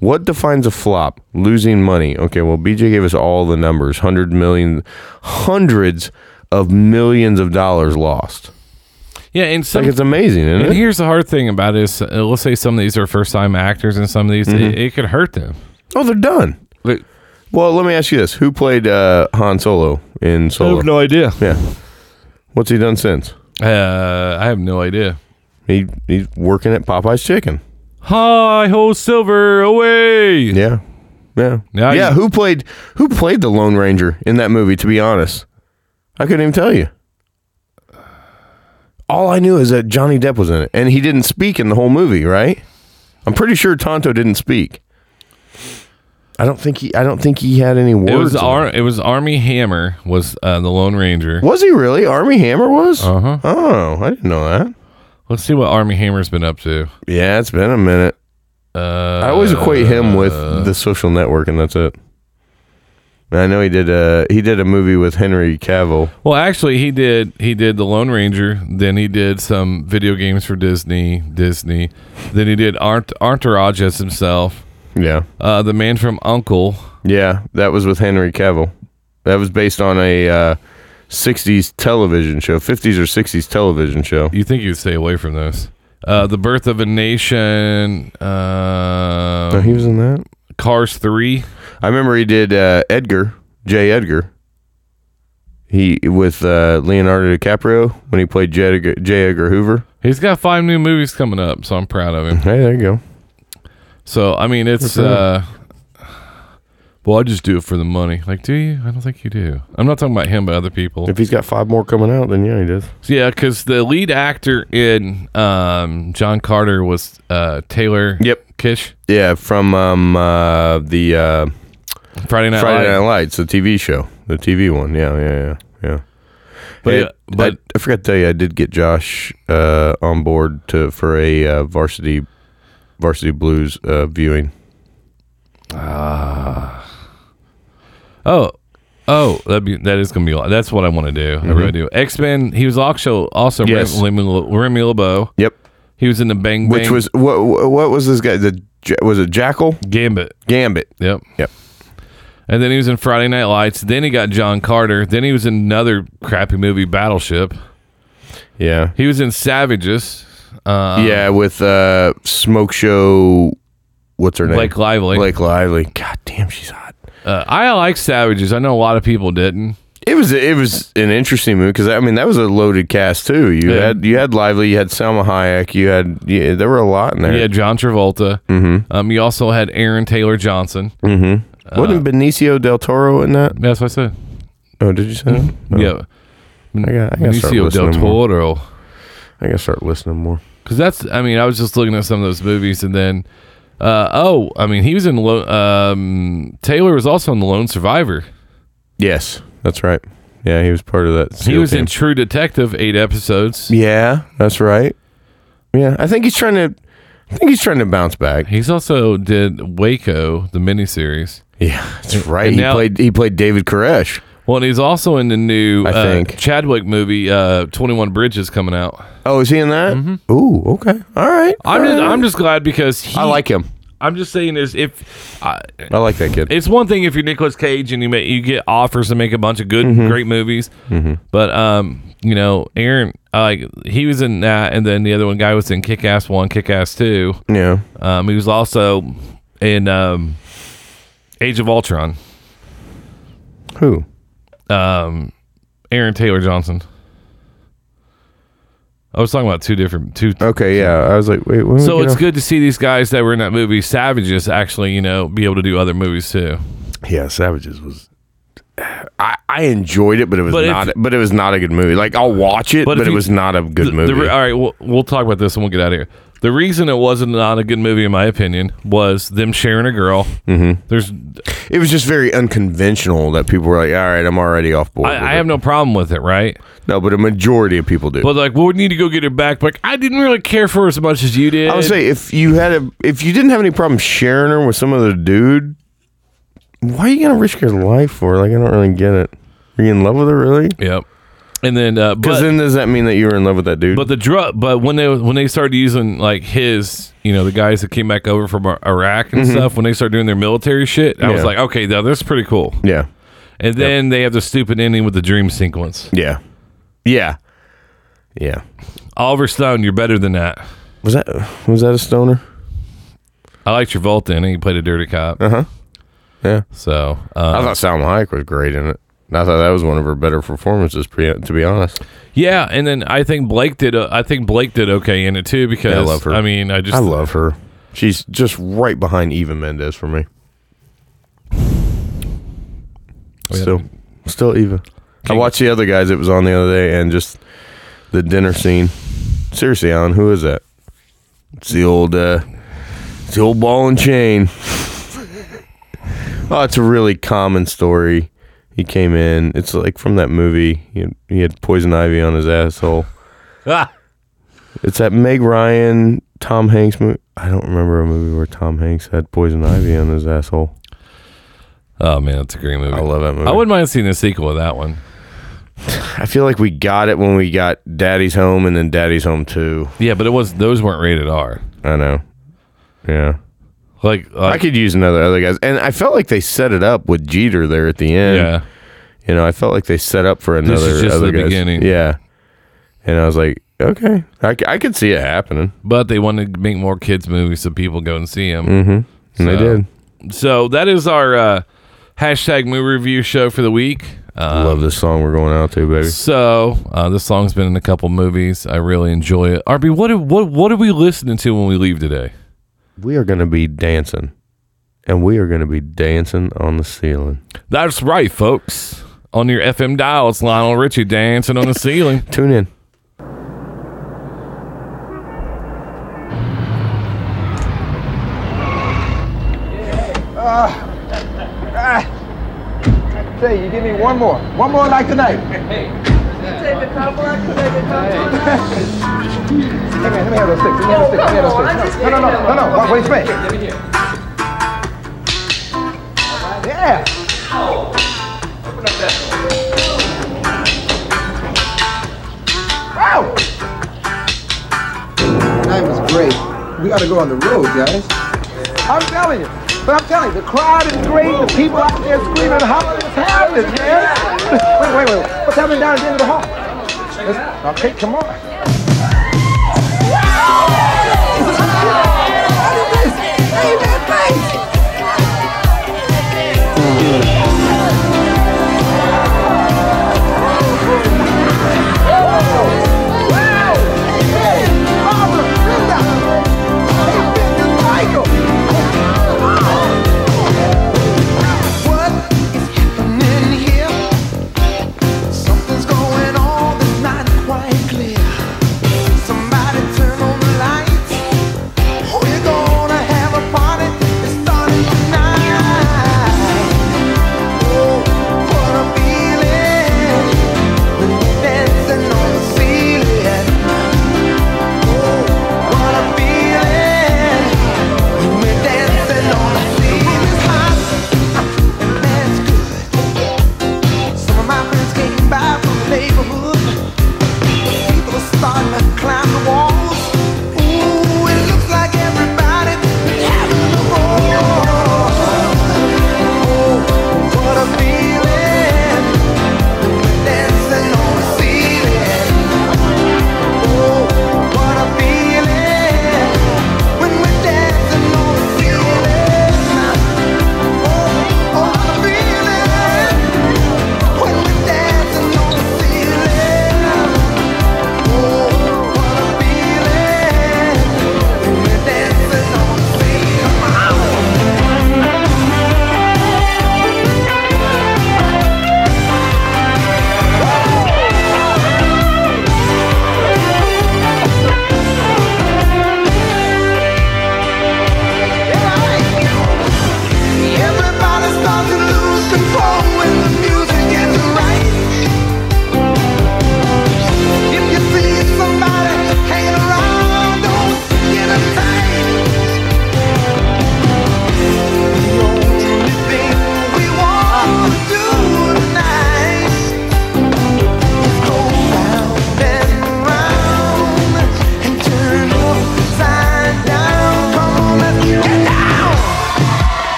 S5: what defines a flop? Losing money. Okay, well, BJ gave us all the numbers 100 million, hundreds of millions of dollars lost.
S4: Yeah, and some,
S5: Like, it's amazing,
S4: and
S5: isn't it?
S4: here's the hard thing about it is, uh, let's say some of these are first time actors, and some of these
S5: Mm-hmm.
S4: it, it could hurt them.
S5: Oh, they're done.
S4: Like,
S5: Well, let me ask you this Who played uh, Han Solo in Solo?
S4: no idea.
S5: Yeah. What's he done since?
S4: Uh, I have no idea.
S5: He He's working at Popeye's Chicken.
S4: Hi ho, silver away.
S5: Yeah. Yeah.
S4: Now
S5: yeah,
S4: you-
S5: who played who played the Lone Ranger in that movie, to be honest? I couldn't even tell you. All I knew is that Johnny Depp was in it. And he didn't speak in the whole movie, right? I'm pretty sure Tonto didn't speak. I don't think he I don't think he had any words.
S4: It was
S5: in
S4: Ar- it was Army Hammer was uh, the Lone Ranger.
S5: Was he really? Army Hammer was?
S4: Uh-huh.
S5: Oh, I didn't know that.
S4: Let's see what Army Hammer's been up to.
S5: Yeah, it's been a minute.
S4: Uh,
S5: I always equate him with the social network and that's it. And I know he did a he did a movie with Henry Cavill.
S4: Well, actually, he did. He did the Lone Ranger. Then he did some video games for Disney. Disney. Then he did Art Entourage as himself.
S5: Yeah.
S4: Uh, the Man from Uncle.
S5: Yeah, that was with Henry Cavill. That was based on a uh, 60s television show, 50s or 60s television show.
S4: You think you'd stay away from those? Uh, the Birth of a Nation.
S5: Oh,
S4: Uh,
S5: he was in that?
S4: Cars Three.
S5: I remember he did uh, Edgar, J. Edgar. He with uh, Leonardo DiCaprio when he played J. Edgar, J. Edgar Hoover.
S4: He's got five new movies coming up, so I'm proud of him.
S5: Hey, there you go.
S4: So I mean, it's. Uh, well, I just do it for the money. Like, do you? I don't think you do. I'm not talking about him, but other people.
S5: If he's got five more coming out, then yeah, he does.
S4: Yeah, because the lead actor in um, John Carter was uh, Taylor
S5: Yep.
S4: Kish.
S5: Yeah, from um, uh, the uh,
S4: Friday Night
S5: Friday
S4: Lights.
S5: Night Lights, the TV show, the TV one. Yeah, yeah, yeah, yeah.
S4: But,
S5: Hey,
S4: yeah, but
S5: I, I forgot to tell you, I did get Josh uh, on board to for a uh, varsity varsity blues uh, viewing.
S4: oh, oh, that be that is gonna be a lot. That's what I want to do. I really do. X Men. He was also also
S5: Mm-hmm. Yes.
S4: Remy, Remy LeBeau.
S5: Yep.
S4: He was in the Bang Bang.
S5: Which was what? What was this guy? The J- was it Jackal
S4: Gambit.
S5: Gambit?
S4: Yep.
S5: Yep.
S4: And then he was in Friday Night Lights. Then he got John Carter. Then he was in another crappy movie, Battleship.
S5: Yeah.
S4: He was in Savages. Uh,
S5: yeah, with uh, Smoke Show. What's her name?
S4: Blake Lively.
S5: Blake Lively. God damn, she's hot.
S4: Uh, I like Savages. I know a lot of people didn't.
S5: It was it was an interesting movie because I mean that was a loaded cast too. You
S4: Yeah.
S5: had you had Lively, you had Salma Hayek, you had yeah, there were a lot in there.
S4: Yeah, John Travolta. Mm-hmm. Um, you also had Aaron Taylor Johnson.
S5: Wasn't Benicio del Toro in that?
S4: That's what I said.
S5: Oh, did you say that? Oh.
S4: Yeah,
S5: I got. I got to start
S4: Benicio
S5: listening
S4: del
S5: more.
S4: Toro.
S5: I gotta start listening more.
S4: Because that's, I mean, I was just looking at some of those movies, and then, uh, oh, I mean, he was in. Lo- um, Taylor was also in The Lone Survivor.
S5: Yes, that's right. Yeah, he was part of that.
S4: He
S5: SEAL
S4: was
S5: team.
S4: in True Detective, eight episodes.
S5: Yeah, that's right. Yeah, I think he's trying to. I think he's trying to bounce back.
S4: He's also did Waco, the miniseries.
S5: Yeah, that's right.
S4: And
S5: He
S4: now-
S5: played. He played David Koresh.
S4: Well, and he's also in the new
S5: I
S4: uh,
S5: think.
S4: Chadwick movie, uh, Twenty One Bridges, coming out.
S5: Oh, is he in that? Ooh, okay. All right.
S4: Mm-hmm. I'm
S5: all
S4: just,
S5: right.
S4: I'm just glad because he,
S5: I like him.
S4: I'm just saying is if uh, I,
S5: I like that kid.
S4: it's one thing if you're Nicolas Cage and you make you get offers to make a bunch of good great movies, but um you know Aaron like he was in that and then the other one guy was in Kick Ass One, Kick Ass Two.
S5: yeah.
S4: Um, he was also in um, Age of Ultron.
S5: Who?
S4: Um, Aaron Taylor Johnson. I was talking about two different two
S5: Okay. Yeah. I was like, wait. when
S4: So
S5: we get
S4: it's
S5: off-
S4: good to see these guys that were in that movie, Savages, actually, you know, be able to do other movies too.
S5: Yeah, Savages was. I, I enjoyed it, but it was
S4: But if-
S5: not. but it was not a good movie. Like I'll watch it,
S4: But
S5: but,
S4: if
S5: it
S4: you-
S5: was not a good
S4: The- the
S5: movie.
S4: re- uh, all right, we'll, we'll talk about this and we'll get out of here. The reason it wasn't not a good movie, in my opinion, was them sharing a girl. Mm-hmm. There's,
S5: it was just very unconventional that people were like, "All right, I'm already off board." with
S4: I, I
S5: it."
S4: have no problem with it, right?
S5: no, but a majority of people do.
S4: But like, well, we need to go get her back. But like, I didn't really care for her as much as you did.
S5: I would say if you had a if you didn't have any problem sharing her with some other dude, why are you gonna risk your life for? Like I don't really get it. Are you in love with her really?
S4: yep. And then, uh, but
S5: Because then does that mean that you were in love with that dude?
S4: But the drug, but when they when they started using like his, you know, the guys that came back over from Ar- Iraq and stuff, when they started doing their military shit, I was
S5: Mm-hmm. Yeah.
S4: like, okay, now that's pretty cool.
S5: yeah,
S4: And then they have the stupid ending with the dream sequence.
S5: yeah, yeah, yeah.
S4: Oliver Stone, you're better than that.
S5: Was that was that a stoner?
S4: I liked Travolta in it. He played a dirty cop.
S5: Uh-huh. Yeah,
S4: So
S5: I
S4: uh,
S5: thought Salma Hayek was great in it. And I thought that was one of her better performances, pre- to be honest.
S4: yeah, and then I think Blake did. Uh, I think Blake did okay in it too because
S5: Yeah, I love her.
S4: I mean, I just
S5: I love her. She's just right behind Eva Mendes for me.
S4: Oh, yeah.
S5: Still, still Eva. I watched the other guys. It was on the other day, and just the dinner scene. Seriously, Alan, who is that? It's the old, uh, it's the old ball and chain. oh, it's a really common story. He came in. It's like from that movie. He had, he had poison ivy on his asshole.
S4: Ah!
S5: It's that Meg Ryan, Tom Hanks movie. I don't remember a movie where Tom Hanks had poison ivy on his asshole.
S4: *laughs* Oh man, it's a great movie.
S5: I love that movie.
S4: I wouldn't mind seeing a sequel of that one.
S5: I feel like we got it when we got Daddy's Home and then Daddy's Home Two.
S4: Yeah, but it was those weren't rated R.
S5: I know. Yeah.
S4: Like,
S5: I
S4: like
S5: could use another other guys. And I felt like they set it up with Jeter there at the end.
S4: yeah.
S5: You know, I felt like they set up for another
S4: This is just
S5: other
S4: the
S5: guys.
S4: beginning.
S5: Yeah. And I was like, okay. I, c- I could see it happening.
S4: but they wanted to make more kids movies so people go and see them.
S5: Mm-hmm. And they
S4: So-
S5: did.
S4: So that is our uh, hashtag movie review show for the week. Uh,
S5: Love this song we're going out to, baby.
S4: so uh, this song's been in a couple movies. I really enjoy it. RB, what are, what what are we listening to when we leave today?
S5: We are going to be dancing. And we are going to be dancing on the ceiling.
S4: That's right, folks. On your FM dial, it's Lionel Richie dancing on the ceiling.
S5: Tune in.
S6: Say, you give me one more. One more like tonight. Hey man, let me have those sticks. Let me have those sticks. Let me have those sticks. No, no, no, no, no. Wait, wait, wait. Yeah. Wow. Tonight was great. We gotta go on the road, guys. I'm telling you. But I'm telling you, the crowd is great. The people out there screaming and hollering. It's happening, man. *laughs* Wait, wait, wait. What's happening down at the end of the hall? Let's- okay, come on.
S7: Something's going on that's not quite clear. Oh, Oh, Oh,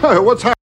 S3: Hey, what's happening?